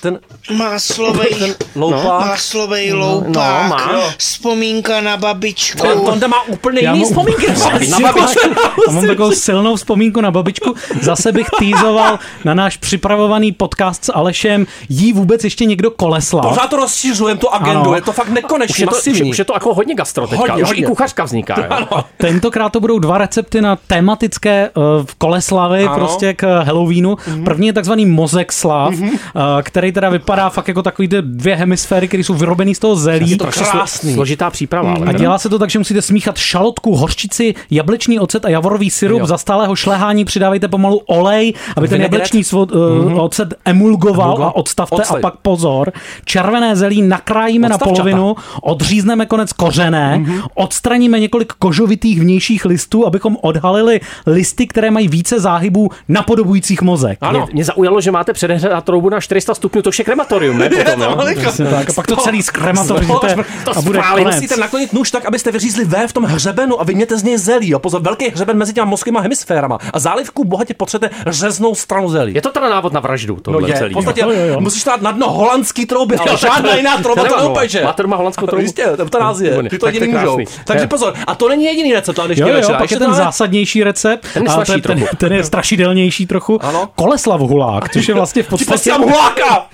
[SPEAKER 8] Ten
[SPEAKER 5] Maslovej.
[SPEAKER 8] Hmm. Ten loupák.
[SPEAKER 5] Maslovej
[SPEAKER 8] No,
[SPEAKER 5] loupák.
[SPEAKER 8] no, má.
[SPEAKER 5] Jo. Vzpomínka na babičku.
[SPEAKER 8] To- Tonda má úplně jiný
[SPEAKER 11] mám-
[SPEAKER 8] vzpomínky.
[SPEAKER 11] Já mám-
[SPEAKER 8] Na babičku.
[SPEAKER 11] Já mám takovou silnou vzpomínku na babičku. Zase bych týzoval na náš připravovaný podcast s Alešem. Jí vůbec ještě někdo koleslal.
[SPEAKER 8] Pořád to rozšiřujeme, tu agendu.
[SPEAKER 11] Ano.
[SPEAKER 8] Je to fakt
[SPEAKER 10] už je,
[SPEAKER 8] nekonečně
[SPEAKER 10] to, už,
[SPEAKER 8] masivní.
[SPEAKER 10] už je to jako hodně gastro teďka.
[SPEAKER 8] Hodně,
[SPEAKER 10] už
[SPEAKER 8] hodně.
[SPEAKER 10] i kuchařka vzniká. jo.
[SPEAKER 11] Tentokrát to budou dva recepty na tematické uh, koleslavy
[SPEAKER 10] Ano.
[SPEAKER 11] prostě k eh, Halloweenu. První je takzvaný mozek slav, eh, který teda vypadá fakt jako takový ty dvě hemisféry, které jsou vyrobený z toho zelí.
[SPEAKER 10] Je to krásný. Složitá příprava. ale
[SPEAKER 11] A
[SPEAKER 10] teda.
[SPEAKER 11] dělá se to tak, že musíte smíchat šalotku, hořčici, jablečný ocet a javorový syrup.
[SPEAKER 10] Jo.
[SPEAKER 11] Za stálého šlehání přidáváte pomalu olej, aby ten
[SPEAKER 10] Vinaigrette.
[SPEAKER 11] jablečný svod, uh, ocet emulgoval a odstavte
[SPEAKER 10] Octej.
[SPEAKER 11] a pak pozor. Červené zelí nakrájíme na
[SPEAKER 10] Odstavčata.
[SPEAKER 11] polovinu, odřízneme konec kořené, odstraníme několik kožovitých vnějších listů, abychom odhalili listy, které mají více záhybů napodobujících mozek.
[SPEAKER 10] Ano. Mě, mě zaujalo, že máte předehřát troubu na 400 stupňů, to už je krematorium, ne? Potom, jo?
[SPEAKER 11] Přesně tak. A pak to celý zkrematořete a bude
[SPEAKER 8] Ale
[SPEAKER 11] konec.
[SPEAKER 8] musíte naklonit nůž tak, abyste vyřízli V v tom hřebenu a vyměte z něj zelí. Jo. Pozor, velký hřeben mezi těma mozkovými hemisférama. A zálivku bohatě potřebujete řeznou stranu zelí.
[SPEAKER 10] Je to teda návod na vraždu, tohle
[SPEAKER 8] no je,
[SPEAKER 10] celý.
[SPEAKER 8] v podstatě
[SPEAKER 10] jo.
[SPEAKER 8] musíš dát na dno holandský trouby, ale
[SPEAKER 10] Jo, tak
[SPEAKER 8] žádná
[SPEAKER 10] to-
[SPEAKER 8] jiná trouba
[SPEAKER 10] to
[SPEAKER 8] to
[SPEAKER 10] nemůžou.
[SPEAKER 8] neupeče.
[SPEAKER 10] Máte doma holandskou troubu?
[SPEAKER 8] Jistě, eutanázie,
[SPEAKER 10] Výborně.
[SPEAKER 8] ty to
[SPEAKER 10] Tak to je
[SPEAKER 8] jediný můžou.
[SPEAKER 10] krásný.
[SPEAKER 8] Takže
[SPEAKER 10] Jo.
[SPEAKER 8] pozor, a to není jediný recept, ale
[SPEAKER 11] Jo,
[SPEAKER 8] ještě
[SPEAKER 11] jo, pak je ten zásadnější recept.
[SPEAKER 8] prostě Ten je
[SPEAKER 11] a
[SPEAKER 8] slabší
[SPEAKER 11] ten, ten,
[SPEAKER 8] trochu.
[SPEAKER 11] ten je strašidelnější trochu. Ano? Koleslav Hulák, což je vlastně v podstatě...
[SPEAKER 8] Posílám huláka!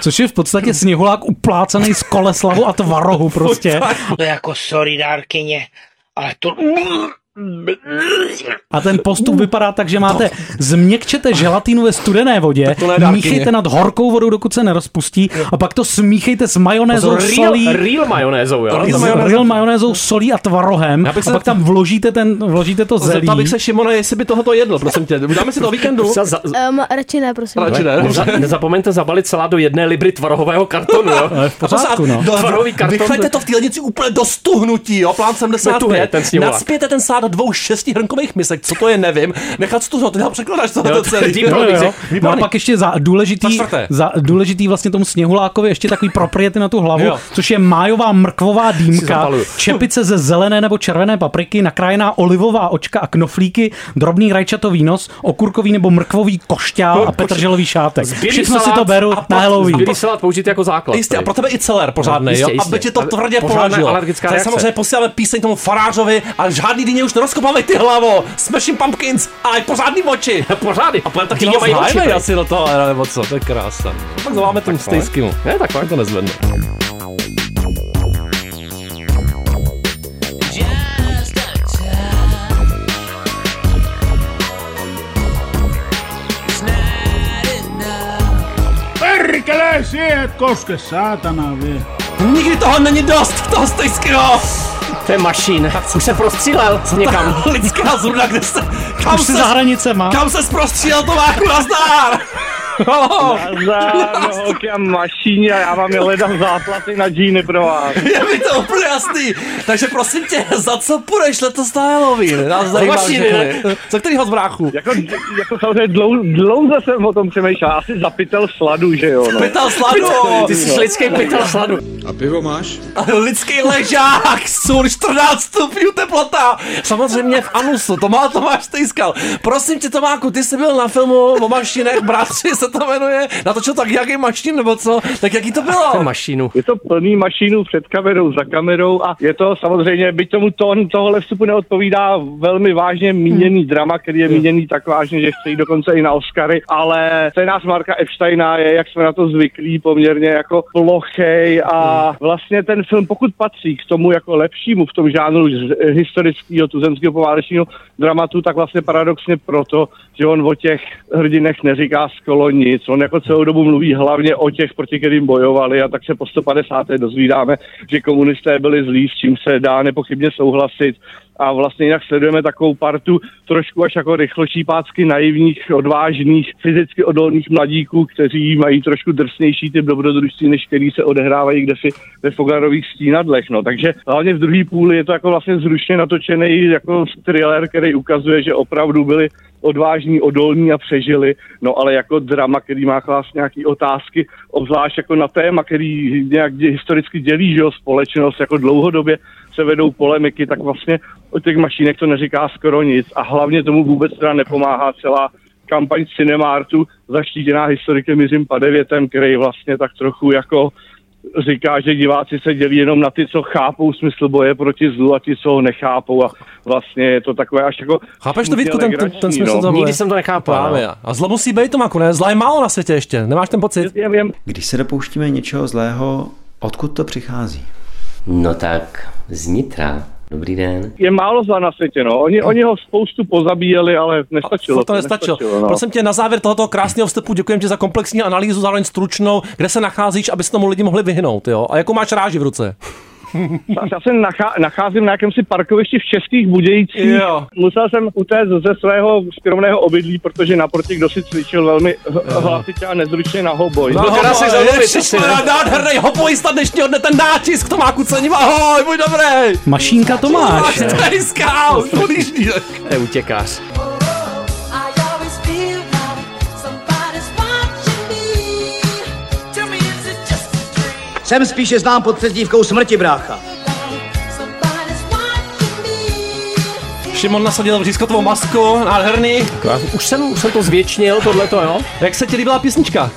[SPEAKER 11] Což je v podstatě sněhulák uplácaný z koleslavu a tvarohu prostě.
[SPEAKER 5] To je jako sorry dárkyně, ale to...
[SPEAKER 11] A ten postup vypadá tak, že máte změkčete želatinu ve studené vodě,
[SPEAKER 8] to ne dárkyně.
[SPEAKER 11] míchejte nad horkou vodou, dokud se nerozpustí a pak to smíchejte s majonézou,
[SPEAKER 10] Pozor, real,
[SPEAKER 11] solí,
[SPEAKER 10] real majonézou, jo.
[SPEAKER 11] s real majonézou, solí a tvarohem
[SPEAKER 8] Já bych se
[SPEAKER 11] a pak tam vložíte, ten, vložíte to zelí.
[SPEAKER 8] Zeptal bych se Šimona, jestli by tohoto jedl, prosím tě. Dáme si to o víkendu.
[SPEAKER 10] Za- za-
[SPEAKER 17] Um, radši ne, prosím.
[SPEAKER 8] Radši ne.
[SPEAKER 10] Neza, nezapomeňte zabalit celá do jedné libry tvarohového kartonu, jo.
[SPEAKER 11] V pořádku, no.
[SPEAKER 8] Do-
[SPEAKER 10] Tvarohový karton.
[SPEAKER 8] Vychlejte to v týlnici úplně do stuhnutí, jo, plán 75.
[SPEAKER 10] Netuhne ten sněhulák.
[SPEAKER 8] Nadspějte ten sád do dvou šesti hrnkových misek, co to je, nevím. Nechat stuhnout, ty nám překládáš tohle
[SPEAKER 10] Jo,
[SPEAKER 8] to
[SPEAKER 10] to
[SPEAKER 8] celé.
[SPEAKER 10] je deep
[SPEAKER 11] Jo, jo,
[SPEAKER 10] Výborný,
[SPEAKER 11] jo. No a
[SPEAKER 10] výborný.
[SPEAKER 11] pak ještě za
[SPEAKER 8] Za
[SPEAKER 11] důležitý,
[SPEAKER 8] čtvrté.
[SPEAKER 11] za důležitý vlastně tomu sněhulákovi ještě takový propriety na tu hlavu,
[SPEAKER 8] Jo.
[SPEAKER 11] což je májová mrkvová dýmka,
[SPEAKER 10] zapaluju.
[SPEAKER 11] čepice ze zelené nebo červené papriky, nakrájená olivová očka a knoflíky, drobný rajčatový nos, okurkový nebo mrkvový košťál a petrželový šátek.
[SPEAKER 10] Zbylý
[SPEAKER 11] Všechno si
[SPEAKER 10] salát
[SPEAKER 11] to beru
[SPEAKER 10] a
[SPEAKER 11] na
[SPEAKER 10] pak-
[SPEAKER 11] Halloween.
[SPEAKER 10] Zbylý salát použijte jako základ.
[SPEAKER 8] Jistě, a
[SPEAKER 10] tady.
[SPEAKER 8] pro tebe i celer pořádný,
[SPEAKER 10] No,
[SPEAKER 8] jo?
[SPEAKER 10] jistě, jistě.
[SPEAKER 8] Aby tě to
[SPEAKER 10] Ale
[SPEAKER 8] tvrdě
[SPEAKER 10] pořádná
[SPEAKER 8] položilo.
[SPEAKER 10] alergická
[SPEAKER 8] Tak
[SPEAKER 10] reakce.
[SPEAKER 8] samozřejmě posíláme píseň tomu farářovi a žádný dýně už nerozkopáme ty hlavo. Smashing Pumpkins a i pořádný oči.
[SPEAKER 10] No, Pořády.
[SPEAKER 8] A pojďme taky
[SPEAKER 10] Dýně
[SPEAKER 8] na
[SPEAKER 10] mají oči,
[SPEAKER 8] oči,
[SPEAKER 10] prej.
[SPEAKER 8] asi do toho, ale nebo co, to je krása. Pak zavoláme tomu stejskému.
[SPEAKER 10] Ne, tak fakt to nezvedne.
[SPEAKER 21] Perkele, siihen et koske saatana vielä.
[SPEAKER 8] Nikdy toho není dost, toho stojí skros.
[SPEAKER 10] To je mašín. Tak už se prostřílel někam.
[SPEAKER 8] Lidská zruna, kde se... Kam
[SPEAKER 11] Už se za hranicema.
[SPEAKER 8] Kam se zprostřílel to jako váku, nazdár! Halo!
[SPEAKER 21] Nazdar, já mašíně a já vám je hledám záplaty na džíny pro vás.
[SPEAKER 8] Je mi to úplně jasný. Takže prosím tě, za co půjdeš letos na Halloween? Nás zajímá
[SPEAKER 21] Mašíny,
[SPEAKER 8] všechny.
[SPEAKER 21] ne?
[SPEAKER 8] Za kterýho z bráchu?
[SPEAKER 21] Jako, jako samozřejmě dlou, dlouze jsem o tom přemýšlel, asi za pytel sladu, že jo? No.
[SPEAKER 8] Pytel sladu, ty jsi lidský pytel sladu.
[SPEAKER 21] A pivo máš?
[SPEAKER 8] Lidský ležák, sůl 14 stupňů teplota. Samozřejmě v anusu, to má Tomáš Stejskal. Prosím tě Tomáku, ty jsi byl na filmu o mašinech, bratři se to jmenuje, natočil tak jaký mašin nebo co, tak jaký to bylo?
[SPEAKER 10] mašínu.
[SPEAKER 21] Je to plný mašínů před kamerou, za kamerou a je to samozřejmě, byť tomu tón tohle vstupu neodpovídá velmi vážně míněný drama, který je míněný tak vážně, že chce jít dokonce i na Oscary, ale scénář Marka Epsteina je, jak jsme na to zvyklí, poměrně jako plochej a vlastně ten film, pokud patří k tomu jako lepšímu v tom žánru z- historického tuzemského poválečního dramatu, tak vlastně paradoxně proto, že on o těch hrdinech neříká skoro nic. On jako celou dobu mluví hlavně o těch, proti kterým bojovali a tak se po 150. dozvídáme, že komunisté byli zlí, s čím se dá nepochybně souhlasit. A vlastně jinak sledujeme takovou partu trošku až jako rychločípácky naivních, odvážných, fyzicky odolných mladíků, kteří mají trošku drsnější typ dobrodružství, než který se odehrávají kdesi ve Fogarových stínadlech. No. Takže hlavně v druhé půli je to jako vlastně zrušně natočený jako thriller, který ukazuje, že opravdu byli odvážní, odolní a přežili, no ale jako drama, který má klást nějaký otázky, obzvlášť jako na téma, který nějak dě- historicky dělí, že jo, společnost, jako dlouhodobě se vedou polemiky, tak vlastně o těch mašínek to neříká skoro nic a hlavně tomu vůbec teda nepomáhá celá kampaň Cinemartu, zaštítěná historikem Jiřím Padevětem, který vlastně tak trochu jako říká, že diváci se dělí jenom na ty, co chápou smysl boje proti zlu a ti, co ho nechápou a vlastně je to takové až jako...
[SPEAKER 8] Chápeš to,
[SPEAKER 21] smutně
[SPEAKER 8] Vítku, ten, ten,
[SPEAKER 21] legrační,
[SPEAKER 8] ten smysl
[SPEAKER 21] no.
[SPEAKER 8] toho boje? Právě.
[SPEAKER 21] no.
[SPEAKER 8] A zlo musí být, Tomáku, ne? Zla je málo na světě ještě, nemáš ten pocit?
[SPEAKER 21] Já vím.
[SPEAKER 22] Když se dopouštíme něčeho zlého, odkud to přichází?
[SPEAKER 23] No tak, znitra. Dobrý den.
[SPEAKER 21] Je málo zla na světě, no. Oni, oni ho spoustu pozabíjeli, ale nestačilo.
[SPEAKER 8] Furt to nestačilo. nestačilo no. Prosím tě, na závěr tohoto krásného vstupu děkujem ti za komplexní analýzu, zároveň stručnou, kde se nacházíš, aby se tomu lidi mohli vyhnout, jo? A jakou máš ráži v ruce?
[SPEAKER 21] Já- Já se nachá, nacházím na jakémsi parkovišti v Českých Budějcích.
[SPEAKER 8] Jo.
[SPEAKER 21] Musel jsem utéct ze svého skromného obydlí, protože naproti kdo si cvičil velmi h- hlasitě a nezručně na hoboj.
[SPEAKER 8] No, dát hernej hopojista dnešního dne, ten nátisk, Tomáku, cením, ahoj, můj dobrý!
[SPEAKER 11] Mašínka Tomáš.
[SPEAKER 8] Tady scout, polížní.
[SPEAKER 10] Neutěkáš.
[SPEAKER 24] Jsem spíše znám pod přezdívkou smrti brácha.
[SPEAKER 8] Šimon nasadil v řízkotovou masku, nádherný.
[SPEAKER 10] Už jsem, už jsem to zvětšnil, tohleto, jo?
[SPEAKER 8] Jak se ti líbila písnička?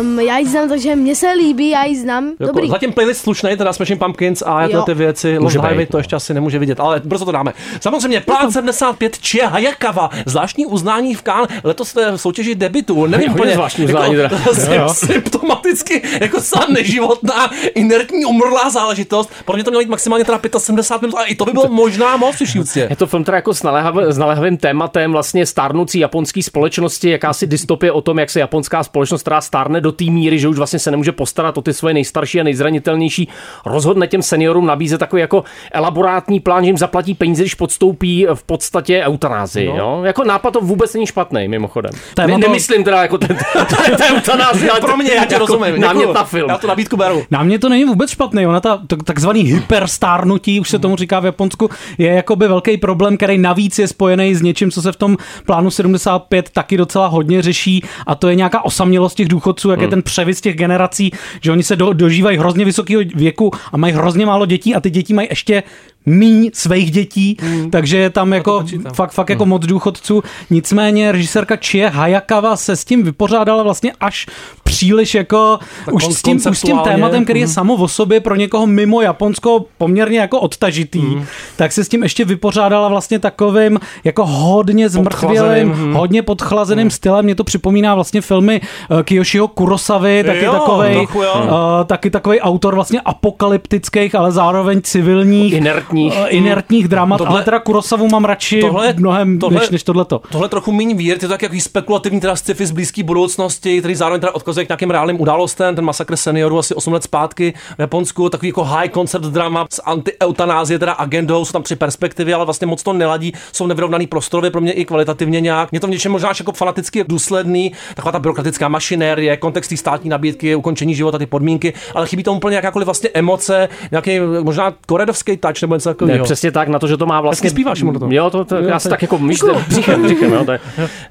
[SPEAKER 17] Um, já ji znám, takže mně se líbí, já ji znám.
[SPEAKER 8] Jako
[SPEAKER 17] Dobrý.
[SPEAKER 8] Zatím playlist slušnej, teda Smashing Pumpkins a tyhle
[SPEAKER 17] Jo.
[SPEAKER 8] ty věci. Lost
[SPEAKER 10] Může být, no.
[SPEAKER 8] Highway to ještě asi nemůže vidět, ale brzo to dáme. Samozřejmě Plán 75 Chia Hayakawa, zvláštní uznání v Cannes, letos v soutěži debitu. Nevím
[SPEAKER 10] Hodně
[SPEAKER 8] úplně,
[SPEAKER 10] zvláštní uznání,
[SPEAKER 8] jako,
[SPEAKER 10] teda. Jo, jo.
[SPEAKER 8] symptomaticky, jako sám neživotná, inertní, umrlá záležitost. Pro mě to mělo být maximálně teda 75 minut, ale i to by bylo možná moc při šípce.
[SPEAKER 10] Je to film teda jako s, naléhav, s naléhavým tématem vlastně stárnoucí japonské společnosti, jakási dystopie o tom, jak se japonská společnost, která stárne do té míry, že už vlastně se nemůže postarat o ty svoje nejstarší a nejzranitelnější, rozhodne těm seniorům nabízet takový jako elaborátní plán, že jim zaplatí peníze, když podstoupí v podstatě eutanázii. No.
[SPEAKER 8] No.
[SPEAKER 10] Jo? Jako nápad to vůbec není špatný, mimochodem. Ne,
[SPEAKER 11] Téma to-
[SPEAKER 10] nemyslím teda jako ten, ten, ten eutanázie. ale
[SPEAKER 8] Pro mě, já tě
[SPEAKER 10] jako
[SPEAKER 8] rozumím.
[SPEAKER 10] Námět
[SPEAKER 8] děkuju.
[SPEAKER 10] na film.
[SPEAKER 8] Já tu nabídku beru.
[SPEAKER 11] Na mě to není vůbec špatný, ona ta to, takzvaný hyperstárnutí, už se tomu říká v Japonsku, je jakoby velký problém, který navíc je spojený s něčím, co se v tom plánu 75 taky docela hodně řeší a to je nějaká osamělost těch důchodců, jak je
[SPEAKER 10] Hmm.
[SPEAKER 11] ten převis těch generací, že oni se do, dožívají hrozně vysokého věku a mají hrozně málo dětí a ty děti mají ještě míň svých dětí, mm. takže je tam jako fakt, fakt jako moc důchodců. Nicméně režisérka Chie Hayakawa se s tím vypořádala vlastně až příliš jako
[SPEAKER 8] Tak
[SPEAKER 11] už
[SPEAKER 8] kon-
[SPEAKER 11] s, tím, už s tím
[SPEAKER 8] konceptuálně.
[SPEAKER 11] tématem, který je
[SPEAKER 8] Mhm.
[SPEAKER 11] samo o sobě pro někoho mimo Japonsko poměrně jako odtažitý,
[SPEAKER 8] Mhm.
[SPEAKER 11] tak se s tím ještě vypořádala vlastně takovým jako hodně zmrtvělým,
[SPEAKER 8] Podchlazeným, mhm.
[SPEAKER 11] hodně podchlazeným stylem. Mě to připomíná vlastně filmy eh, Kiyoshiho Kurosavy, taky
[SPEAKER 8] Jo,
[SPEAKER 11] takovej,
[SPEAKER 8] trochu jo.
[SPEAKER 11] eh, taky takový autor vlastně apokalyptických, ale zároveň civilních,
[SPEAKER 10] Inertních, inertních.
[SPEAKER 11] eh, inertních dramat, tohle,
[SPEAKER 8] Mhm. Tohle-
[SPEAKER 11] ale teda Kurosavu mám radši tohle,
[SPEAKER 8] Tohle-
[SPEAKER 11] mnohem tohle,
[SPEAKER 8] tohle-
[SPEAKER 11] než, než tohleto.
[SPEAKER 8] Tohle trochu méně vír, je to tak jako spekulativní teda sci-fi z blízké budoucnosti, který zároveň teda odkazuje k nějakým reálným událostem, ten masakr seniorů asi 8 let zpátky v Japonsku, takový jako high concept drama s anti-eutanázie, teda agendou, jsou tam tři perspektivy, ale vlastně moc to neladí, jsou nevyrovnaný prostorově pro mě i kvalitativně nějak. Mě to v něčem možná až jako fanaticky důsledný, taková ta byrokratická mašinérie, kontext té státní nabídky, ukončení života, ty podmínky, ale chybí tomu úplně jakákoliv vlastně emoce, nějaký možná koredovský touch nebo něco takového.
[SPEAKER 10] Ne, přesně tak, na to, že to má vlastně...
[SPEAKER 8] Hezky zpíváš, Mordo.
[SPEAKER 10] Jo, to, to,
[SPEAKER 8] Jo,
[SPEAKER 10] já si
[SPEAKER 8] to-
[SPEAKER 10] tak jako myš,
[SPEAKER 8] Děkuju.
[SPEAKER 10] břichem, břichem, jo, to je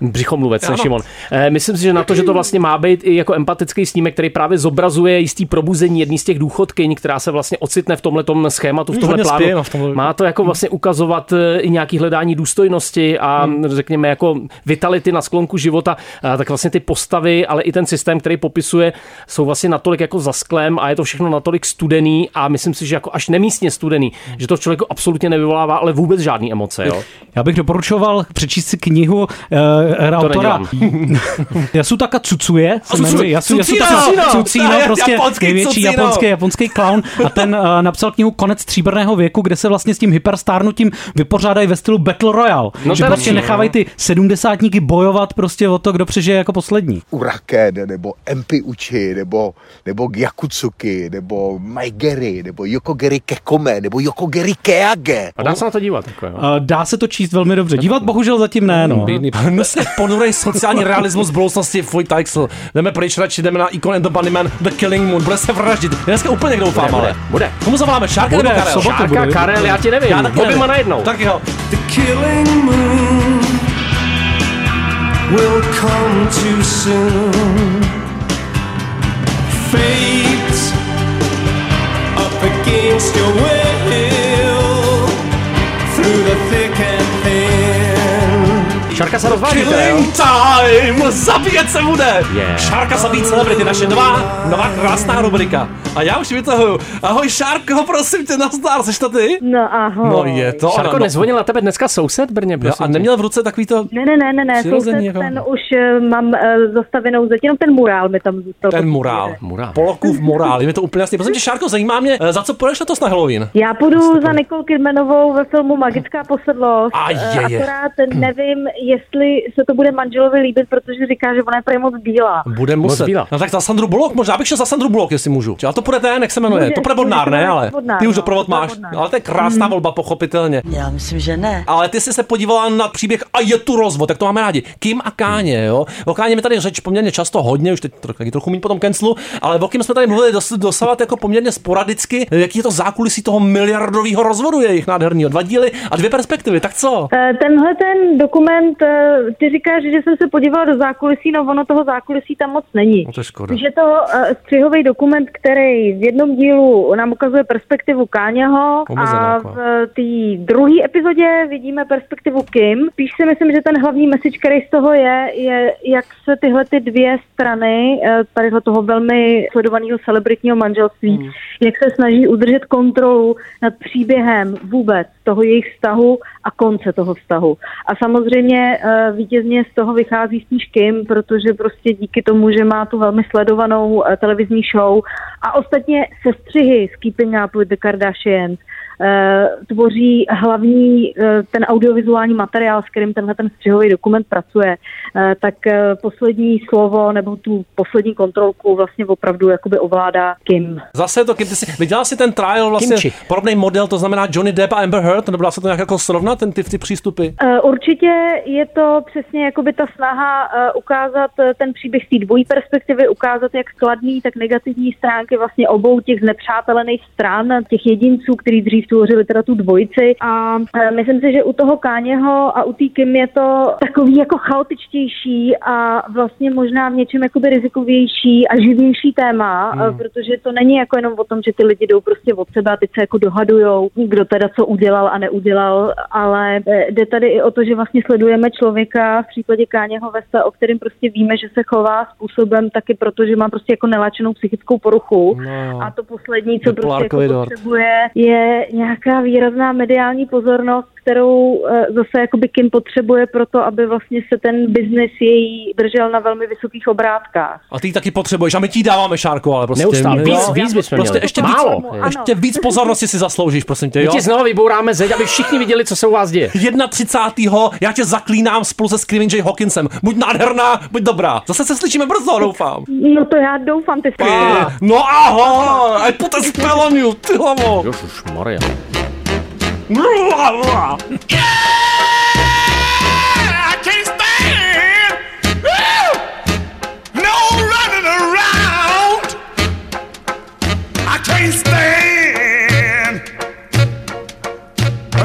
[SPEAKER 10] břichomluvec, ne
[SPEAKER 8] Ano.
[SPEAKER 10] Šimon. Eh, myslím si, že na to, že to vlastně má být i jako empatický snímek, který právě zobrazuje jistý probuzení jedný z těch důchodkyň, která se vlastně ocitne v tomhle schématu, v
[SPEAKER 8] Hmm,
[SPEAKER 10] tomhle
[SPEAKER 8] hodně
[SPEAKER 10] plánu.
[SPEAKER 8] spěje, no, v tomhle.
[SPEAKER 10] Má to jako vlastně ukazovat eh, i nějaký hledání důstojnosti a
[SPEAKER 8] Hmm.
[SPEAKER 10] řekněme jako vitality na sklonku života, Eh, tak vlastně ty postavy, ale i ten systém, který popisuje, jsou vlastně natolik jako zasklém a je to všechno natolik studený a myslím si, že jako až nemístně studený,
[SPEAKER 8] Hmm.
[SPEAKER 10] že to v člověku absolutně nevyvolává, ale vůbec žádný emoce. Jo?
[SPEAKER 11] Já bych doporučoval přečíst si knihu uh, autora Yasutaka Tsutsuje.
[SPEAKER 10] A
[SPEAKER 11] Se
[SPEAKER 10] Tsutsuje-
[SPEAKER 11] jmenuje Yasu,
[SPEAKER 10] Tsutsino!
[SPEAKER 11] Yasutaka Tsutsino,
[SPEAKER 10] To je
[SPEAKER 11] prostě
[SPEAKER 10] japonský
[SPEAKER 11] největší
[SPEAKER 10] Tsutsino.
[SPEAKER 11] japonský, japonský clown. A ten uh, napsal knihu Konec stříbrného věku, kde se vlastně s tím hyperstárnutím vypořádají ve stylu Battle Royale.
[SPEAKER 3] No
[SPEAKER 11] že
[SPEAKER 3] to je
[SPEAKER 11] prostě
[SPEAKER 3] lepší,
[SPEAKER 11] nechávají
[SPEAKER 3] no.
[SPEAKER 11] ty sedmdesátníky bojovat prostě o to, kdo přežije jako poslední.
[SPEAKER 3] Uraken, nebo Empi Uchi, nebo, nebo Gyakutsuki, nebo Maigeri, nebo Yokogeri Kekome, nebo Yokogeri Keage.
[SPEAKER 10] A dá se na to dívat. Jako,
[SPEAKER 11] Uh, dá se to číst velmi dobře. Dívat bohužel zatím ne, no.
[SPEAKER 8] Hnusně ponurej Prostě sociální realismus budoucnosti Foy Teixel. Jdeme pryč, radši jdeme na Icon and the Bunnyman, The Killing Moon. Bude se vraždit. Dneska úplně doufám,
[SPEAKER 10] Bude,
[SPEAKER 8] ale.
[SPEAKER 10] bude.
[SPEAKER 8] Komu zavoláme? Šárka
[SPEAKER 10] Bude,
[SPEAKER 8] nebo Karel?
[SPEAKER 10] v sobotu Šárka, bude. Karel, já ti nevím.
[SPEAKER 8] Já taky
[SPEAKER 10] Oběma
[SPEAKER 8] nevím.
[SPEAKER 10] najednou.
[SPEAKER 8] Tak jo.
[SPEAKER 6] The killing moon will come too soon. Fate up against your will through the thick and thin.
[SPEAKER 10] Šárka se rozváží.
[SPEAKER 8] Killing time! Zabíjet se bude! Yeah. Šárka zabíjí celebrity, naše nová, nová krásná rubrika. A já už vytahuju. Ahoj Šárko, prosím tě, nazdar, seš to ty?
[SPEAKER 7] No ahoj.
[SPEAKER 8] No je to
[SPEAKER 10] Šárko,
[SPEAKER 8] ona, no.
[SPEAKER 10] nezvonil na tebe dneska soused Brně,
[SPEAKER 8] Jo,
[SPEAKER 10] prosím
[SPEAKER 8] a
[SPEAKER 10] tě.
[SPEAKER 8] neměl v ruce takový to...
[SPEAKER 7] Ne, ne, ne, ne, ne,
[SPEAKER 8] Přirozeně,
[SPEAKER 7] soused,
[SPEAKER 8] jako.
[SPEAKER 7] ten už eh, mám eh, zastavenou zeď, jenom ten murál mi tam zůstal.
[SPEAKER 8] Ten morál.
[SPEAKER 10] morál.
[SPEAKER 8] Polokův morál. Je mi to úplně jasný. Prosím tě, Šárko, zajímá mě, eh, za co půjdeš letos na Halloween?
[SPEAKER 7] Já půjdu za Nicole Kidmanovou ve filmu Magická posedlost.
[SPEAKER 8] Aj,
[SPEAKER 7] Eh,
[SPEAKER 8] je, Hm. je.
[SPEAKER 7] Akorát nevím, jestli se to bude manželovi líbit, protože říká, že ona je prý moc bílá.
[SPEAKER 8] Bude muset. No tak za Sandru Bullock, možná bych šel za Sandru Bullock, jestli můžu. A to půjde ten, jak se jmenuje.
[SPEAKER 7] Můžeš,
[SPEAKER 8] to bude Bodnár,
[SPEAKER 7] můžeš,
[SPEAKER 8] ne? Ale
[SPEAKER 7] Bodnár,
[SPEAKER 8] ty už
[SPEAKER 7] no,
[SPEAKER 8] doprovod
[SPEAKER 7] to bude
[SPEAKER 8] máš.
[SPEAKER 7] Bodnár. Hmm.
[SPEAKER 8] No, ale to je krásná volba, pochopitelně.
[SPEAKER 24] Já myslím, že ne.
[SPEAKER 8] Ale ty jsi se podívala na příběh a je tu rozvod, tak to máme rádi. Kim a Káně, jo? O Káně mi tady řeč poměrně často hodně, už teď tro- taky trochu méně potom kenclu, ale o Kim jsme tady mluvili dos, dosávat jako poměrně sporadicky, jaký je to zákulisí toho miliardového rozvodu jejich nádherného. Dva díly a dvě perspektivy, tak co?
[SPEAKER 7] Eh, Tenhle ten dokument, eh, ty říkáš, že jsem se podívala do zákulisí, no ono toho zákulisí tam moc není.
[SPEAKER 8] No to je škoda.
[SPEAKER 7] Je to eh, střihový dokument, který v jednom dílu nám ukazuje perspektivu Káňaho
[SPEAKER 12] Omezená,
[SPEAKER 7] a
[SPEAKER 12] jako.
[SPEAKER 7] v té druhé epizodě vidíme perspektivu Kim. Píš si myslím, že ten hlavní message, který z toho je, je, jak se tyhle ty dvě strany eh, tadyhle toho velmi sledovaného celebritního manželství, jak se snaží udržet kontrolu nad příběhem vůbec toho jejich vztahu a konce toho vztahu. A samozřejmě eh, vítězně z toho vychází spíš Kim, protože prostě díky tomu, že má tu velmi sledovanou eh, televizní show a ostatně sestřihy z Keeping Up with the Kardashians eh, tvoří hlavní eh, ten audiovizuální materiál, s kterým tenhle ten střihový dokument pracuje, eh, tak eh, poslední slovo nebo tu poslední kontrolku vlastně opravdu jakoby ovládá Kim.
[SPEAKER 8] Zase je to Kim, ty jsi, viděla jsi ten trial vlastně
[SPEAKER 7] Kimči.
[SPEAKER 8] podobný model, to znamená Johnny Depp a Amber Heard, nebo dá se to nějak jako srovnat, ten, ty, ty přístupy?
[SPEAKER 7] Eh, Určitě je to přesně jakoby ta snaha eh, ukázat eh, ten příběh z té dvojí perspektivy, ukázat jak kladný, tak negativní stránky vlastně obou těch znepřátelených stran, těch jedinců, kteří dřív tvořili teda tu dvojici. A eh, myslím si, že u toho Káněho a u té Kim je to takový jako chaotičtější a vlastně možná v něčem jakoby rizikovější a živější téma,
[SPEAKER 25] Hmm.
[SPEAKER 7] eh, protože to není jako jenom o tom, že ty lidi jdou prostě od sebe a teď se jako dohadujou, kdo teda co udělal a neudělal, ale eh, jde tady i o to, že vlastně sledujeme člověka v případě Káněho Vesta, o kterém prostě víme, že se chová způsobem taky proto, že má prostě jako neláčenou psychickou poruchu
[SPEAKER 8] No.
[SPEAKER 7] a to poslední, co prostě jako
[SPEAKER 8] Polárkový dort.
[SPEAKER 7] potřebuje, je nějaká výrazná mediální pozornost, kterou eh, zase jakoby Kim potřebuje pro to, aby vlastně se ten biznis její držel na velmi vysokých obrátkách.
[SPEAKER 8] A ty ji taky potřebuješ. A my ti ji dáváme, Šárko, ale prostě.
[SPEAKER 10] Neustále. Víc-
[SPEAKER 8] Jo?
[SPEAKER 10] víc bychom
[SPEAKER 8] prostě
[SPEAKER 10] měli.
[SPEAKER 8] Ještě
[SPEAKER 10] Málo.
[SPEAKER 8] Víc, ještě víc pozornosti si zasloužíš, prosím tě,
[SPEAKER 10] My
[SPEAKER 8] jo?
[SPEAKER 10] ti znovu vybouráme zeď, aby všichni viděli, co se u vás děje.
[SPEAKER 8] 31. Já tě zaklínám spolu se Screaming Jay Hawkinsem. Buď nádherná, buď dobrá. Zase se slyšíme brzo, doufám.
[SPEAKER 7] No to já doufám, ty
[SPEAKER 8] Pa. No ahoj, I put a spell on you, ty hlavo. Ježišmarja.
[SPEAKER 2] I can't stand Woo! no running around. I can't stand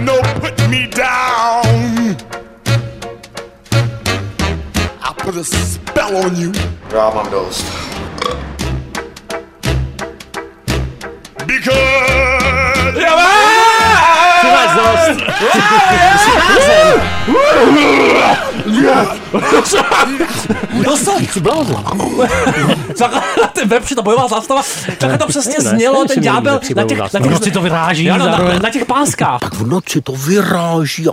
[SPEAKER 2] no put me down. I put a spell on you. Já mám dost. Because.
[SPEAKER 8] To se Takhle ten web, že ta bojová zástava, takhle to přesně
[SPEAKER 3] Ne,
[SPEAKER 8] znělo,
[SPEAKER 3] ne,
[SPEAKER 8] ten
[SPEAKER 3] si
[SPEAKER 8] ďábel
[SPEAKER 3] myslím, že
[SPEAKER 8] na těch,
[SPEAKER 3] bojová
[SPEAKER 8] na těch,
[SPEAKER 3] zástava. No, ty to vyráží
[SPEAKER 8] Jo, no, na,
[SPEAKER 3] zároveň.
[SPEAKER 8] na těch páskách.
[SPEAKER 3] Tak v noci to vyráží a,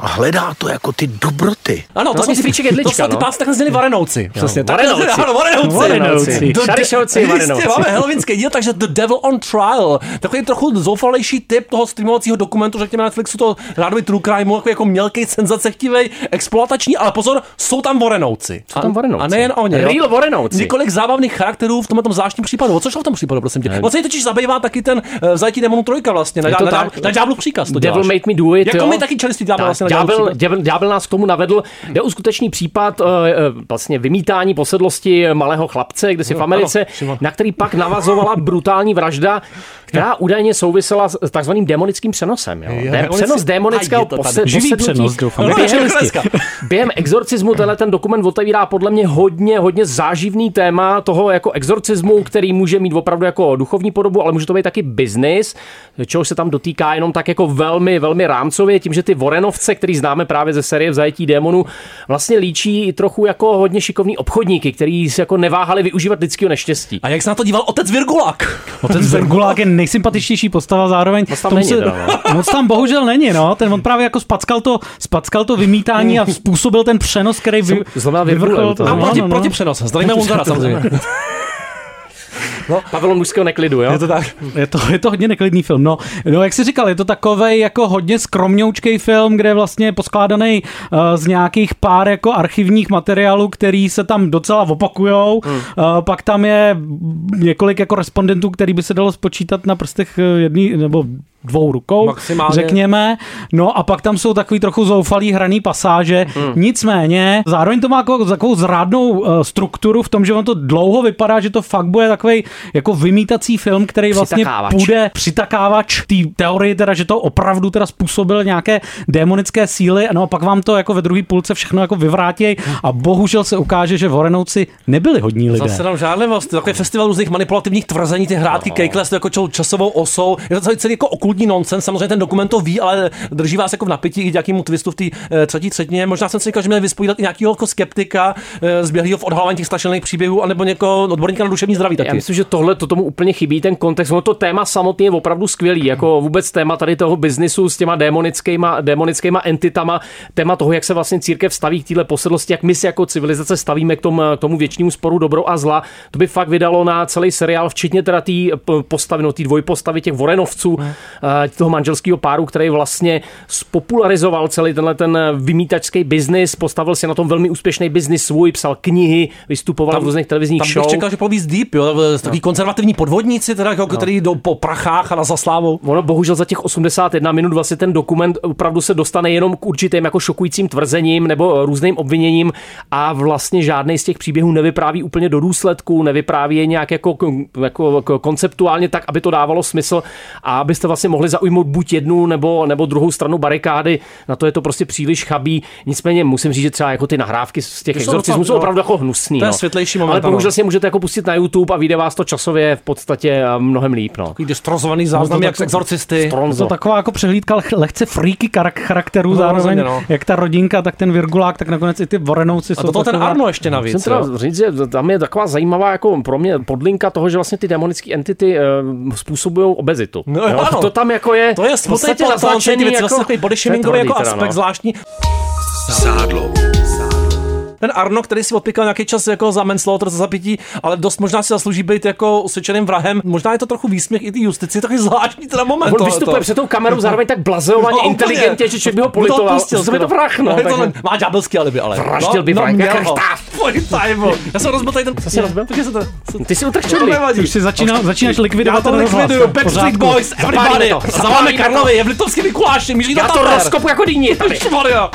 [SPEAKER 3] a hledá to jako ty dobroty.
[SPEAKER 8] Ano, to,
[SPEAKER 3] No,
[SPEAKER 8] jsou ty,
[SPEAKER 3] píček
[SPEAKER 8] to jsou ty pásy, takhle zněli varenouci. Přesně, tak.
[SPEAKER 3] Varenouci.
[SPEAKER 8] Ano, varenouci.
[SPEAKER 3] Varenouci.
[SPEAKER 8] Do-
[SPEAKER 3] Šaryšovci,
[SPEAKER 8] Jistě,
[SPEAKER 3] Varenouci.
[SPEAKER 8] máme helovinský díl, takže The Devil on Trial. Takový trochu zoufalejší typ toho streamovacího dokumentu, řekněme na Netflixu, to rádoby True Crime, jako, jako mělký, senzacechtivý, exploatační, ale pozor, jsou tam varenouci. Jsou
[SPEAKER 10] tam Varenouci.
[SPEAKER 8] A nejen oni. jo.
[SPEAKER 10] Real Varenouci.
[SPEAKER 8] Několik zábavných charakterů v tomhle tom zvláštním případu. O co šlo v tom případu, prosím tě? O co je totiž zabývá taky ten uh, zajetí démonů trojka vlastně, na,
[SPEAKER 10] Je to
[SPEAKER 8] na, na,
[SPEAKER 10] tak.
[SPEAKER 8] na ďáblu příkaz to
[SPEAKER 10] Devil
[SPEAKER 8] děláš.
[SPEAKER 10] made me do it,
[SPEAKER 8] Jako
[SPEAKER 10] jo.
[SPEAKER 8] my taky čeliství dáme vlastně na ďáblu
[SPEAKER 10] Ďábel,
[SPEAKER 8] příkaz.
[SPEAKER 10] ďábel, ďábel nás k tomu navedl. Jde o skutečný případ eh, eh, vlastně vymítání posedlosti malého chlapce, kde si v
[SPEAKER 8] Ano,
[SPEAKER 10] Americe,
[SPEAKER 8] ano, Šimon.
[SPEAKER 10] na který pak navazovala brutální vražda, která údajně souvisela s s takzvaným demonickým přenosem. Jo?
[SPEAKER 8] Jo,
[SPEAKER 10] Ne,
[SPEAKER 8] demonický-
[SPEAKER 10] přenos
[SPEAKER 8] A
[SPEAKER 10] démonického
[SPEAKER 8] je to tady.
[SPEAKER 10] pose-
[SPEAKER 8] Živý
[SPEAKER 10] posednutí.
[SPEAKER 8] přenos, doufám.
[SPEAKER 10] Během-
[SPEAKER 8] No, no, živý přenos.
[SPEAKER 10] Během exorcismu tenhle ten dokument otevírá podle mě hodně, hodně záživný téma toho jako exorcismu, který může mít opravdu jako duchovní podobu, ale může to být taky biznis, čeho se tam dotýká jenom tak jako velmi, velmi rámcově, tím, že ty Vorenovce, který známe právě ze série v zajetí démonů, vlastně líčí trochu jako hodně šikovní obchodníky, který se jako neváhali využívat lidského neštěstí.
[SPEAKER 8] A jak se na to díval otec Virgulák?
[SPEAKER 11] Otec Vergulák je nejsympatičtější postava zároveň. Moc
[SPEAKER 10] tam není, teda, no.
[SPEAKER 11] moc tam bohužel není, no. Ten on právě jako spackal to, spackal to vymítání a způsobil ten přenos, který vy,
[SPEAKER 10] Znamená no.
[SPEAKER 11] vyvrcholil
[SPEAKER 10] to.
[SPEAKER 11] to. Ano, no. ano.
[SPEAKER 8] přenos. Zdravíme Munzara samozřejmě. No,
[SPEAKER 10] pavilon mužského neklidu, jo?
[SPEAKER 11] Je to tak. Je to, je to hodně neklidný film. No, no, jak jsi říkal, je to takovej jako hodně skromňoučkej film, kde je vlastně poskládaný uh, z nějakých pár jako archivních materiálů, který se tam docela opakujou. Hmm. Uh, pak tam je několik jako respondentů, který by se dalo spočítat na prstech eh, jedný nebo dvou rukou,
[SPEAKER 8] Maximálně.
[SPEAKER 11] řekněme. No a pak tam jsou takový trochu zoufalý hraný pasáže.
[SPEAKER 8] Hmm.
[SPEAKER 11] Nicméně, zároveň to má jako takovou zrádnou uh, strukturu v tom, že on to dlouho vypadá, že to fakt bude takový jako vymítací film, který vlastně
[SPEAKER 10] Přitakávač.
[SPEAKER 11] půjde přitakávač té teorie, teda, že to opravdu teda způsobil nějaké démonické síly, no a pak vám to jako ve druhé půlce všechno jako vyvrátí a bohužel se ukáže, že Vorenouci nebyli hodní lidé.
[SPEAKER 8] Zase tam žádlivost, takový festival různých manipulativních tvrzení, ty
[SPEAKER 10] No.
[SPEAKER 8] hrátky, kejkles, to jako čel- časovou osou, je to celý, celý jako okultní nonsens, samozřejmě ten dokument to ví, ale drží vás jako v napětí i k nějakému twistu v té eh, třetí třetině. Možná jsem si říkal, že měli vyspovídat i nějakého jako skeptika, eh, zběhlého v odhalování těch strašilných příběhů, anebo někoho odborníka na duševní zdraví taky.
[SPEAKER 10] Já myslím, že tohle to tomu úplně chybí, ten kontext. Ono to téma samotný je opravdu skvělý, jako vůbec téma tady toho biznisu s těma démonickýma, démonickýma entitama, téma toho, jak se vlastně církev staví k téhle posedlosti, jak my se jako civilizace stavíme k, tom, k tomu věčnímu sporu dobro a zla. To by fakt vydalo na celý seriál, včetně teda té p- postavy, no té dvojpostavy těch Vorenovců, eh, toho manželského páru, který vlastně spopularizoval celý tenhle ten eh, vymítačský biznis, postavil si na tom velmi úspěšný biznis svůj, psal knihy, vystupoval v různých televizních
[SPEAKER 8] tam
[SPEAKER 10] show. No.
[SPEAKER 8] bych čekal, že ploví z Deep, jo, takový konzervativní podvodníci, teda, jako, který jdou po prachách a na zaslávou.
[SPEAKER 10] Ono bohužel za těch 81 minut vlastně ten dokument opravdu se dostane jenom k určitým jako šokujícím tvrzením nebo eh, různým obviněním a vlastně žádný z těch příběhů nevypráví úplně do důsledku, nevypráví je nějak jako, kon- jako, jako konceptuálně tak, aby to dávalo smysl a abyste vlastně mohli zaujmout buď jednu nebo, nebo druhou stranu barikády, na to je to prostě příliš chabí. Nicméně musím říct, že třeba jako ty nahrávky z těch
[SPEAKER 8] Ty jsou
[SPEAKER 10] exorcismů
[SPEAKER 8] docela-
[SPEAKER 10] jsou
[SPEAKER 8] no.
[SPEAKER 10] opravdu jako hnusný.
[SPEAKER 8] To je
[SPEAKER 10] no.
[SPEAKER 8] světlejší moment,
[SPEAKER 10] Ale
[SPEAKER 8] ano.
[SPEAKER 10] bohužel si je můžete jako pustit na YouTube a vyjde vás to časově v podstatě eh, mnohem líp. No.
[SPEAKER 8] Takový destrozovaný záznam,
[SPEAKER 10] No to
[SPEAKER 8] jak
[SPEAKER 10] tak-
[SPEAKER 8] z exorcisty.
[SPEAKER 11] Je to taková jako přehlídka leh- lehce freaky charak- charakterů
[SPEAKER 8] No,
[SPEAKER 11] no, zároveň,
[SPEAKER 8] rozhodně,
[SPEAKER 11] no.
[SPEAKER 8] no.
[SPEAKER 11] jak ta rodinka, tak ten Virgulák, tak nakonec i ty Vorenouci
[SPEAKER 8] A
[SPEAKER 11] jsou
[SPEAKER 8] do toho ten
[SPEAKER 11] taková-
[SPEAKER 8] Arno ještě navíc.
[SPEAKER 10] Musím teda
[SPEAKER 8] jo.
[SPEAKER 10] říct, že tam je taková zajímavá jako pro mě podlinka toho, že vlastně ty demonické entity eh, způsobují obezitu.
[SPEAKER 8] No, ano,
[SPEAKER 10] to, tam jako je...
[SPEAKER 8] To je
[SPEAKER 10] v podstatě
[SPEAKER 8] slepota, on ty
[SPEAKER 10] naznačený
[SPEAKER 8] věci, vlastně takový body shamingový
[SPEAKER 10] To je
[SPEAKER 8] jako
[SPEAKER 10] tvrdý teda,
[SPEAKER 8] aspekt
[SPEAKER 10] no.
[SPEAKER 8] zvláštní. Sádlo. Ten Arno, který si odpíkal nějaký čas jako za manslaughter, za zapití, ale dost možná si zaslouží být jako usvědčeným vrahem. Možná je to trochu výsměch i ty justici, takový zvláštní teda moment. no,
[SPEAKER 10] On vystupuje před tou kamerou zároveň tak blazeovaně, inteligentně, že člověk
[SPEAKER 8] No,
[SPEAKER 10] by ho politoval. Zase by to vrah, no,
[SPEAKER 8] Je to,
[SPEAKER 10] takže-
[SPEAKER 8] len- má ďábelský alibi, ale. No,
[SPEAKER 10] Vraždil by vrah, jak chrtáv.
[SPEAKER 8] Pojďte, Já jsem rozbil tady ten...
[SPEAKER 10] Co jsi rozbil?
[SPEAKER 8] Takže se to...
[SPEAKER 10] Ty jsi utrčil.
[SPEAKER 8] To nevadí.
[SPEAKER 11] Už si začíná, začínáš likvidovat
[SPEAKER 8] Já to
[SPEAKER 11] ten rozhlas,
[SPEAKER 8] likviduju,
[SPEAKER 11] no, v
[SPEAKER 8] Backstreet
[SPEAKER 11] pořádku.
[SPEAKER 8] Boys, everybody.
[SPEAKER 11] Zapálíme to,
[SPEAKER 8] Zavoláme
[SPEAKER 11] zapálíme to.
[SPEAKER 8] Karlovi, je v Liptovském Mikuláši, Jiří
[SPEAKER 10] Já to
[SPEAKER 8] Tatar.
[SPEAKER 10] rozkopu jako dýni tady.
[SPEAKER 8] Ježišmarja.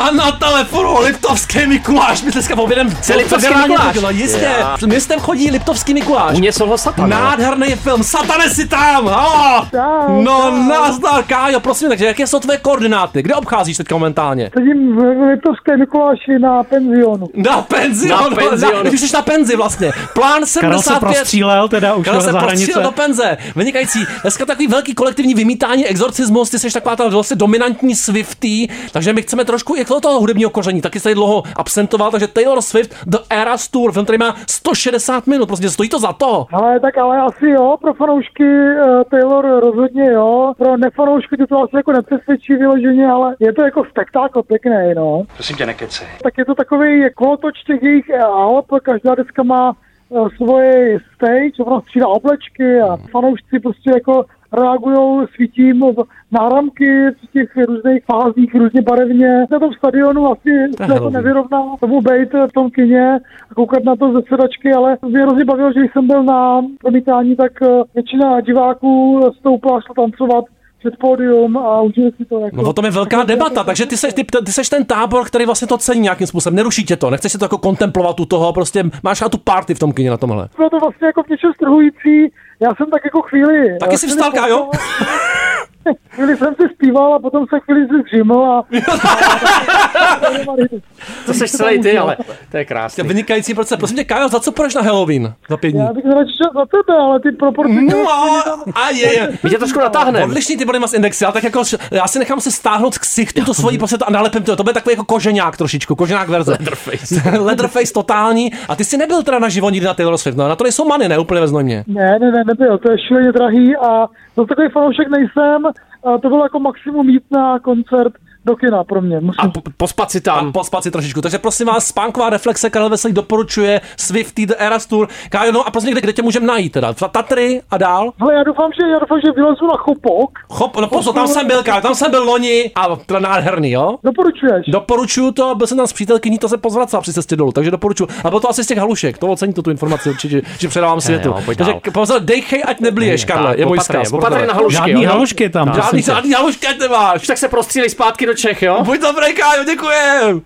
[SPEAKER 8] A na telefonu Liptovský Mikuláš, my dneska objedem celý
[SPEAKER 10] Liptovský Mikuláš.
[SPEAKER 8] No jistě,
[SPEAKER 10] Já.
[SPEAKER 8] městem chodí Liptovský Mikuláš.
[SPEAKER 10] U mě jsou ho satan, no.
[SPEAKER 8] Nádherný film, satane si tam, halo! No nazdar, Kájo, prosím, takže jaké jsou tvoje koordináty, kde obcházíš teďka momentálně?
[SPEAKER 4] Sedím v Liptovské Mikuláši na penzionu.
[SPEAKER 8] Na penzi,
[SPEAKER 4] Na
[SPEAKER 8] no, no,
[SPEAKER 4] penzionu.
[SPEAKER 8] na, ty jsi na penzi vlastně. Plán 75.
[SPEAKER 4] Karel se prostřílel
[SPEAKER 11] teda už
[SPEAKER 8] Karel
[SPEAKER 11] na-
[SPEAKER 8] se
[SPEAKER 11] za hranice.
[SPEAKER 8] prostřílel do penze. Vynikající. Dneska takový velký kolektivní vymítání, exorcismus, ty jsi taková ta vlastně dominantní Swifty, takže my chceme trošku i kolem toho hudebního koření. Taky se tady dlouho absentoval, takže Taylor Swift The Eras Tour, film, který má 160 minut, prostě stojí to za to.
[SPEAKER 4] Ale tak ale asi jo, pro fanoušky eh, Taylor rozhodně jo, pro nefanoušky to, to asi jako nepřesvědčí vyloženě, ale je to jako spektákl pěkný, no.
[SPEAKER 12] Prosím tě, nekecej.
[SPEAKER 4] Tak je to takový kolotoč těch jejich alb, každá deska má eh, svoje stage, ona střídá oblečky a
[SPEAKER 12] Hmm.
[SPEAKER 4] fanoušci prostě jako reagují svítím v- náramky v těch různých fázích, různě barevně. Na tom stadionu asi
[SPEAKER 13] To je
[SPEAKER 4] se to
[SPEAKER 13] hlavní.
[SPEAKER 4] nevyrovná tomu bejt v tom kině a koukat na to ze sedačky, ale mě hrozně bavilo, že když jsem byl na promítání, tak eh, většina diváků stoupla a šla tancovat před pódium a užili si to. Jako.
[SPEAKER 8] No o tom je velká debata, takže ty seš, ty, ty seš ten tábor, který vlastně to cení nějakým způsobem, neruší tě to, nechceš si to jako kontemplovat u toho, prostě máš na tu party v tom kyně na tomhle.
[SPEAKER 4] bylo to vlastně jako v něčem strhující. Já jsem tak jako chvíli... jako-
[SPEAKER 8] Taky jsi
[SPEAKER 4] chvíli
[SPEAKER 8] vstal, Kájo?
[SPEAKER 4] pospal, Chvíli jsem si zpíval a potom se chvíli si zřiml a...
[SPEAKER 10] no. To seš
[SPEAKER 4] Jsem
[SPEAKER 10] celý
[SPEAKER 4] tam
[SPEAKER 10] ty,
[SPEAKER 4] užil.
[SPEAKER 10] ale to je krásný.
[SPEAKER 8] Vynikající proces. Prosím tě, Kájo, za co půjdeš na Halloween? Za pět dní.
[SPEAKER 4] Já bych radši šel za tebe, ale ty proporce...
[SPEAKER 8] No, a je, je.
[SPEAKER 10] My tě trošku natáhneme.
[SPEAKER 8] Odlišný ty body mass indexy, ale tak jako, já si nechám se stáhnout z ksichtu to svojí prostě a nalepím to. To bude takový jako koženák trošičku, koženák verze. Leatherface. Leatherface totální. A ty jsi nebyl teda na živo nikdy na Taylor Swift, no, na to nejsou many, ne, úplně veznojmě.
[SPEAKER 4] Ne, ne, ne, nebyl, to je šíleně drahý a za takový fanoušek nejsem. A to bylo jako maximum jít na koncert do kina pro mě. Musím...
[SPEAKER 10] A pospat si tam.
[SPEAKER 8] A pospat si trošičku. Takže prosím vás, spánková reflexe Karel Veselý doporučuje Swifty The Eras Tour. Kájo, no a prosím, kde, kde tě můžeme najít teda? V Tatry a dál?
[SPEAKER 4] Hele, já doufám, že, já doufám, že vylezu na chopok.
[SPEAKER 8] Chop, no pozor, tam jsem byl, Kájo, tam jsem byl loni a to nádherný, jo?
[SPEAKER 4] Doporučuješ?
[SPEAKER 8] Doporučuju to, byl jsem tam s přítelkyní, to se pozvracela při cestě dolů, takže doporučuju. A bylo to asi z těch halušek, to ocení tu, tu informaci určitě, že předávám světu.
[SPEAKER 10] jo, pojď
[SPEAKER 8] takže
[SPEAKER 10] dál.
[SPEAKER 8] pozor, dejchej, ať neblíješ,
[SPEAKER 10] Tak,
[SPEAKER 8] Karle, je můj
[SPEAKER 10] opatrně,
[SPEAKER 8] vzkaz.
[SPEAKER 10] opatrně na halušky,
[SPEAKER 11] Žádný jo? halušky tam,
[SPEAKER 8] No. Žádný,
[SPEAKER 11] prosím tě.
[SPEAKER 8] žádný halušky, ať nemáš.
[SPEAKER 10] Tak se prostřílej zpátky do Čech, jo?
[SPEAKER 8] Buď dobrý, Kájo, děkujem.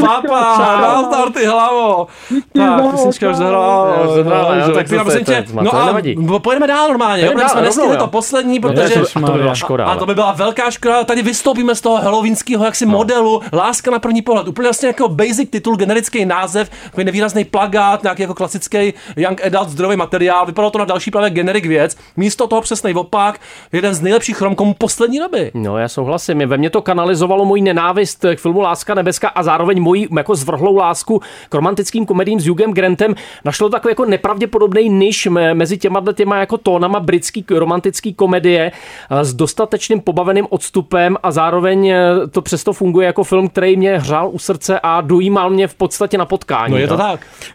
[SPEAKER 8] Papa,
[SPEAKER 10] Čau.
[SPEAKER 8] nazdar ty hlavo. Tak,
[SPEAKER 10] hlavo,
[SPEAKER 8] písnička už
[SPEAKER 10] čau.
[SPEAKER 8] zahrála.
[SPEAKER 10] Jo, zahrála,
[SPEAKER 8] No,
[SPEAKER 10] jo,
[SPEAKER 8] Tak
[SPEAKER 10] tak
[SPEAKER 8] ty
[SPEAKER 10] zase
[SPEAKER 8] prosím
[SPEAKER 10] to je
[SPEAKER 8] tě,
[SPEAKER 10] tma,
[SPEAKER 8] no
[SPEAKER 10] to
[SPEAKER 8] a
[SPEAKER 10] nevadí.
[SPEAKER 8] b- pojedeme dál normálně, jo,
[SPEAKER 10] Pojedeme
[SPEAKER 8] protože
[SPEAKER 10] dál, rovnou,
[SPEAKER 8] jsme nestihli
[SPEAKER 10] jo.
[SPEAKER 8] to poslední,
[SPEAKER 10] No,
[SPEAKER 8] protože...
[SPEAKER 10] to by- a to by byla škoda,
[SPEAKER 8] A
[SPEAKER 10] ale.
[SPEAKER 8] to by byla velká škoda, tady vystoupíme z toho halloweenského
[SPEAKER 10] No.
[SPEAKER 8] jaksi modelu, láska na první pohled, úplně vlastně jako basic titul, generický název, takový nevýrazný plagát, nějaký jako klasický young adult zdrojový materiál, vypadalo to na další právě generik věc, místo toho přesnej opak, jeden z nejlepších romkomů poslední doby.
[SPEAKER 10] No, já souhlasím. Ve mně to kanalizovalo můj nenávist k filmu Láska nebeská a zároveň moji jako zvrhlou lásku k romantickým komedím s Hughem Grantem. Našlo takový jako nepravděpodobný niž me- mezi těma dle těma jako tónama britský k- romantický komedie eh, s dostatečným pobaveným odstupem a zároveň eh, to přesto funguje jako film, který mě hřál u srdce a dojímal mě v podstatě na potkání.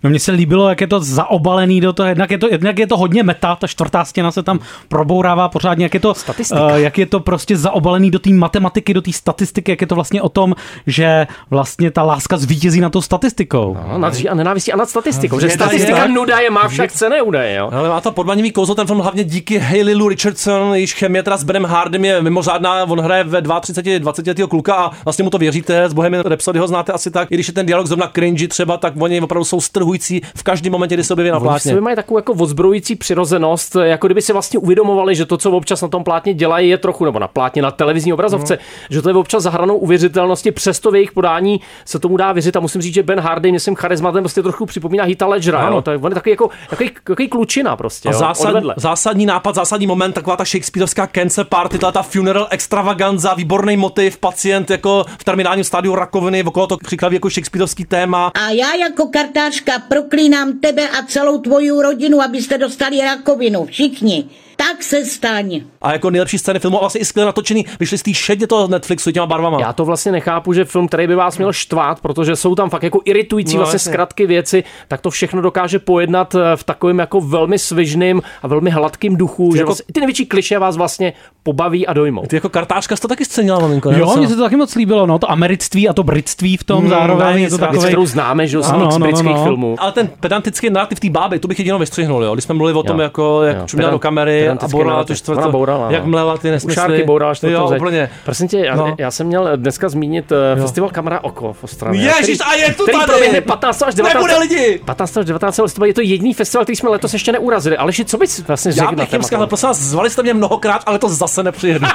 [SPEAKER 11] No mně se líbilo, jak je to zaobalený do toho, jednak je to, jednak je to hodně meta, ta čtvrtá stěna se tam probourává pořádně, jak je to, uh, jak je to prostě zaobalený do té matematiky, do té statistiky, jak je to vlastně o tom, že vlastně ta láska zvítězí na tou statistikou.
[SPEAKER 10] No, nad a nenávistí a nad statistikou.
[SPEAKER 8] Je
[SPEAKER 10] Že
[SPEAKER 8] to
[SPEAKER 10] statistika
[SPEAKER 8] tak.
[SPEAKER 10] nuda je má však cené údaje, jo?
[SPEAKER 8] Ale má to podmanivý kouzlo, ten film hlavně díky Hayley Lou Richardson, jejíž chemie teda s Benem Hardem je mimořádná, on hraje ve 32, 20 letého kluka a vlastně mu to věříte, s Bohem Rhapsody ho znáte asi tak, i když je ten dialog zrovna cringy třeba, tak oni opravdu jsou strhující v každém momentě, kdy se objeví na
[SPEAKER 10] Oni v
[SPEAKER 8] plátně.
[SPEAKER 10] sobě mají takovou jako odzbrojující přirozenost, jako kdyby si vlastně uvědomovali, že to, co občas na tom plátně dělají, je trochu, nebo na plátně, na televizní obrazovce,
[SPEAKER 8] Mhm.
[SPEAKER 10] že to je občas zahranou uvěřitelnosti, přesto v jejich podání se tomu dá věřit. A musím říct, že Ben Hardy mě svým charizmatem prostě trochu připomíná Hita Ledgera.
[SPEAKER 8] Ano.
[SPEAKER 10] Jo? To je, on je takový jako takový, takový klučina prostě.
[SPEAKER 8] A
[SPEAKER 10] jo?
[SPEAKER 8] zásadní,
[SPEAKER 10] Odvedle.
[SPEAKER 8] zásadní nápad, zásadní moment, taková ta shakespeareovská cancel party, ta, ta funeral extravaganza, výborný motiv, pacient jako v terminálním stádiu rakoviny, okolo to křiklaví jako shakespeareovský téma.
[SPEAKER 16] A já jako kartářka proklínám tebe a celou tvoji rodinu, abyste dostali rakovinu. Všichni. Tak se staň.
[SPEAKER 8] A jako nejlepší scény filmu, a vlastně i skvěle natočený, vyšly z té šedě toho Netflixu těma barvama.
[SPEAKER 10] Já to vlastně nechápu, že film, který by vás měl štvát, protože jsou tam fakt jako iritující
[SPEAKER 8] No,
[SPEAKER 10] no, vlastně
[SPEAKER 8] jasně.
[SPEAKER 10] zkratky věci, tak to všechno dokáže pojednat eh, v takovém jako velmi svižným a velmi hladkým duchu, že
[SPEAKER 8] jako-
[SPEAKER 10] vlastně, ty největší kliše vás vlastně pobaví a dojmou.
[SPEAKER 8] Ty jako kartářka jsi to taky scenila, maminko. ne?
[SPEAKER 11] Jo,
[SPEAKER 8] Docela.
[SPEAKER 11] mně se to taky moc líbilo, no, to americtví a to britství v
[SPEAKER 10] Hmm,
[SPEAKER 11] tom
[SPEAKER 8] Mm,
[SPEAKER 11] No, zároveň.
[SPEAKER 10] no,
[SPEAKER 8] navíc,
[SPEAKER 11] Je to
[SPEAKER 8] navíc,
[SPEAKER 11] takovej...
[SPEAKER 8] kterou
[SPEAKER 10] známe, že jo, z
[SPEAKER 11] Ano,
[SPEAKER 10] mix
[SPEAKER 11] no, no,
[SPEAKER 10] britských
[SPEAKER 11] no.
[SPEAKER 10] filmů.
[SPEAKER 8] Ale ten pedantický narrativ té báby, to bych jedinou vystřihnul, jo. Když jsme mluvili o tom,
[SPEAKER 10] Jo.
[SPEAKER 8] jako,
[SPEAKER 10] Jo,
[SPEAKER 8] jak čuměla
[SPEAKER 10] pedant-
[SPEAKER 8] do kamery a
[SPEAKER 10] pedantický
[SPEAKER 8] bourala tu
[SPEAKER 10] narrativ.
[SPEAKER 8] čtvrtou.
[SPEAKER 10] Ona bourala,
[SPEAKER 8] Jak
[SPEAKER 10] no.
[SPEAKER 8] mlela ty nesmysly.
[SPEAKER 10] Šárky bourala čtvrtou
[SPEAKER 8] Jo,
[SPEAKER 10] zeď.
[SPEAKER 8] úplně.
[SPEAKER 10] Prosím tě, já,
[SPEAKER 8] No.
[SPEAKER 10] já jsem měl dneska zmínit eh, festival Kamera Oko v Ostravě.
[SPEAKER 8] Ježíš,
[SPEAKER 10] který-
[SPEAKER 8] a je tu
[SPEAKER 10] který
[SPEAKER 8] tady!
[SPEAKER 10] proběhne 15. až 19.
[SPEAKER 8] Nebude lidi!
[SPEAKER 10] 15. až 19. listopadu je to jediný festival, který jsme letos ještě neurazili. Aleši, co bys vlastně řekl na
[SPEAKER 8] Já bych jim
[SPEAKER 10] téma?
[SPEAKER 8] vzkázal, prosím vás, zvali jste mě mnohokrát, ale to zase nepřijedu.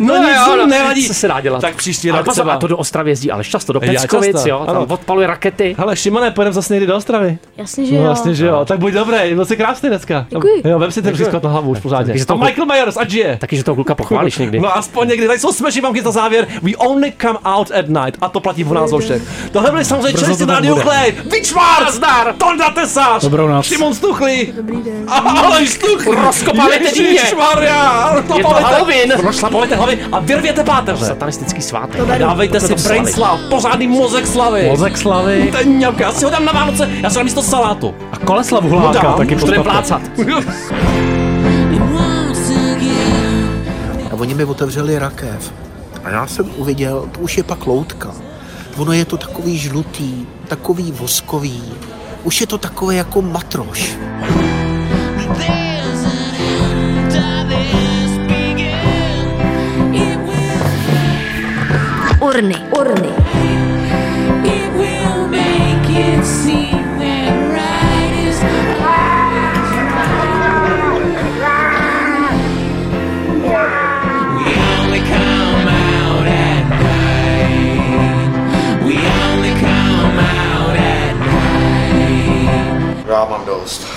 [SPEAKER 10] No,
[SPEAKER 8] no, nic
[SPEAKER 10] jo, no,
[SPEAKER 8] no, nevadí.
[SPEAKER 10] co se dá dělat?
[SPEAKER 8] Tak příští
[SPEAKER 10] Ale
[SPEAKER 8] rok
[SPEAKER 10] pozor,
[SPEAKER 8] třeba.
[SPEAKER 10] a to do Ostravy jezdí, ale často do
[SPEAKER 8] Já
[SPEAKER 10] Peckovic,
[SPEAKER 8] často,
[SPEAKER 10] jo, tam
[SPEAKER 8] ano.
[SPEAKER 10] odpaluje rakety.
[SPEAKER 8] Hele, Šimone, půjdeme zase někdy do Ostravy.
[SPEAKER 17] Jasně, že
[SPEAKER 8] no,
[SPEAKER 17] jo.
[SPEAKER 8] Jasně, že jo. Tak buď dobrý, byl jsi krásný dneska.
[SPEAKER 17] Děkuji.
[SPEAKER 8] Jo, vem si ten přísklad na hlavu už pořádně.
[SPEAKER 10] Takže
[SPEAKER 8] A
[SPEAKER 10] to-
[SPEAKER 8] Michael Myers, ať žije.
[SPEAKER 10] Taky, že toho kluka pochválíš někdy.
[SPEAKER 8] No aspoň někdy, tady jsou smeši mamky za závěr. We only come out at night. A to platí o nás o všech. Tohle byly samozřejmě
[SPEAKER 11] Brzo
[SPEAKER 8] čerstvě
[SPEAKER 11] to tak
[SPEAKER 8] Radio
[SPEAKER 11] bude.
[SPEAKER 8] Clay, Vičmar, Zdar, Tonda Tesář,
[SPEAKER 11] Dobrou noc.
[SPEAKER 8] Šimon Stuchlý, a Aleš Stuchlý,
[SPEAKER 10] Rozkopali ty dýně.
[SPEAKER 8] Ježišmarja,
[SPEAKER 10] Je to Halloween.
[SPEAKER 8] Rozlapalete hlavy a vyrvěte páteře.
[SPEAKER 10] Satanistický svátek.
[SPEAKER 8] A Dávejte si brain slav, pořádný mozek slavy.
[SPEAKER 11] Mozek slavy.
[SPEAKER 8] Ten nějak, já si ho dám na Vánoce, já si ho dám místo salátu.
[SPEAKER 11] A koleslavu hláka
[SPEAKER 8] dám,
[SPEAKER 11] taky
[SPEAKER 8] už to jde
[SPEAKER 11] postavte.
[SPEAKER 8] plácat.
[SPEAKER 3] A oni mi otevřeli rakev. A já jsem uviděl, to už je pak loutka. Ono je to takový žlutý, takový voskový. Už je to takové jako matroš.
[SPEAKER 1] Urny, urny.
[SPEAKER 12] Já mám dost.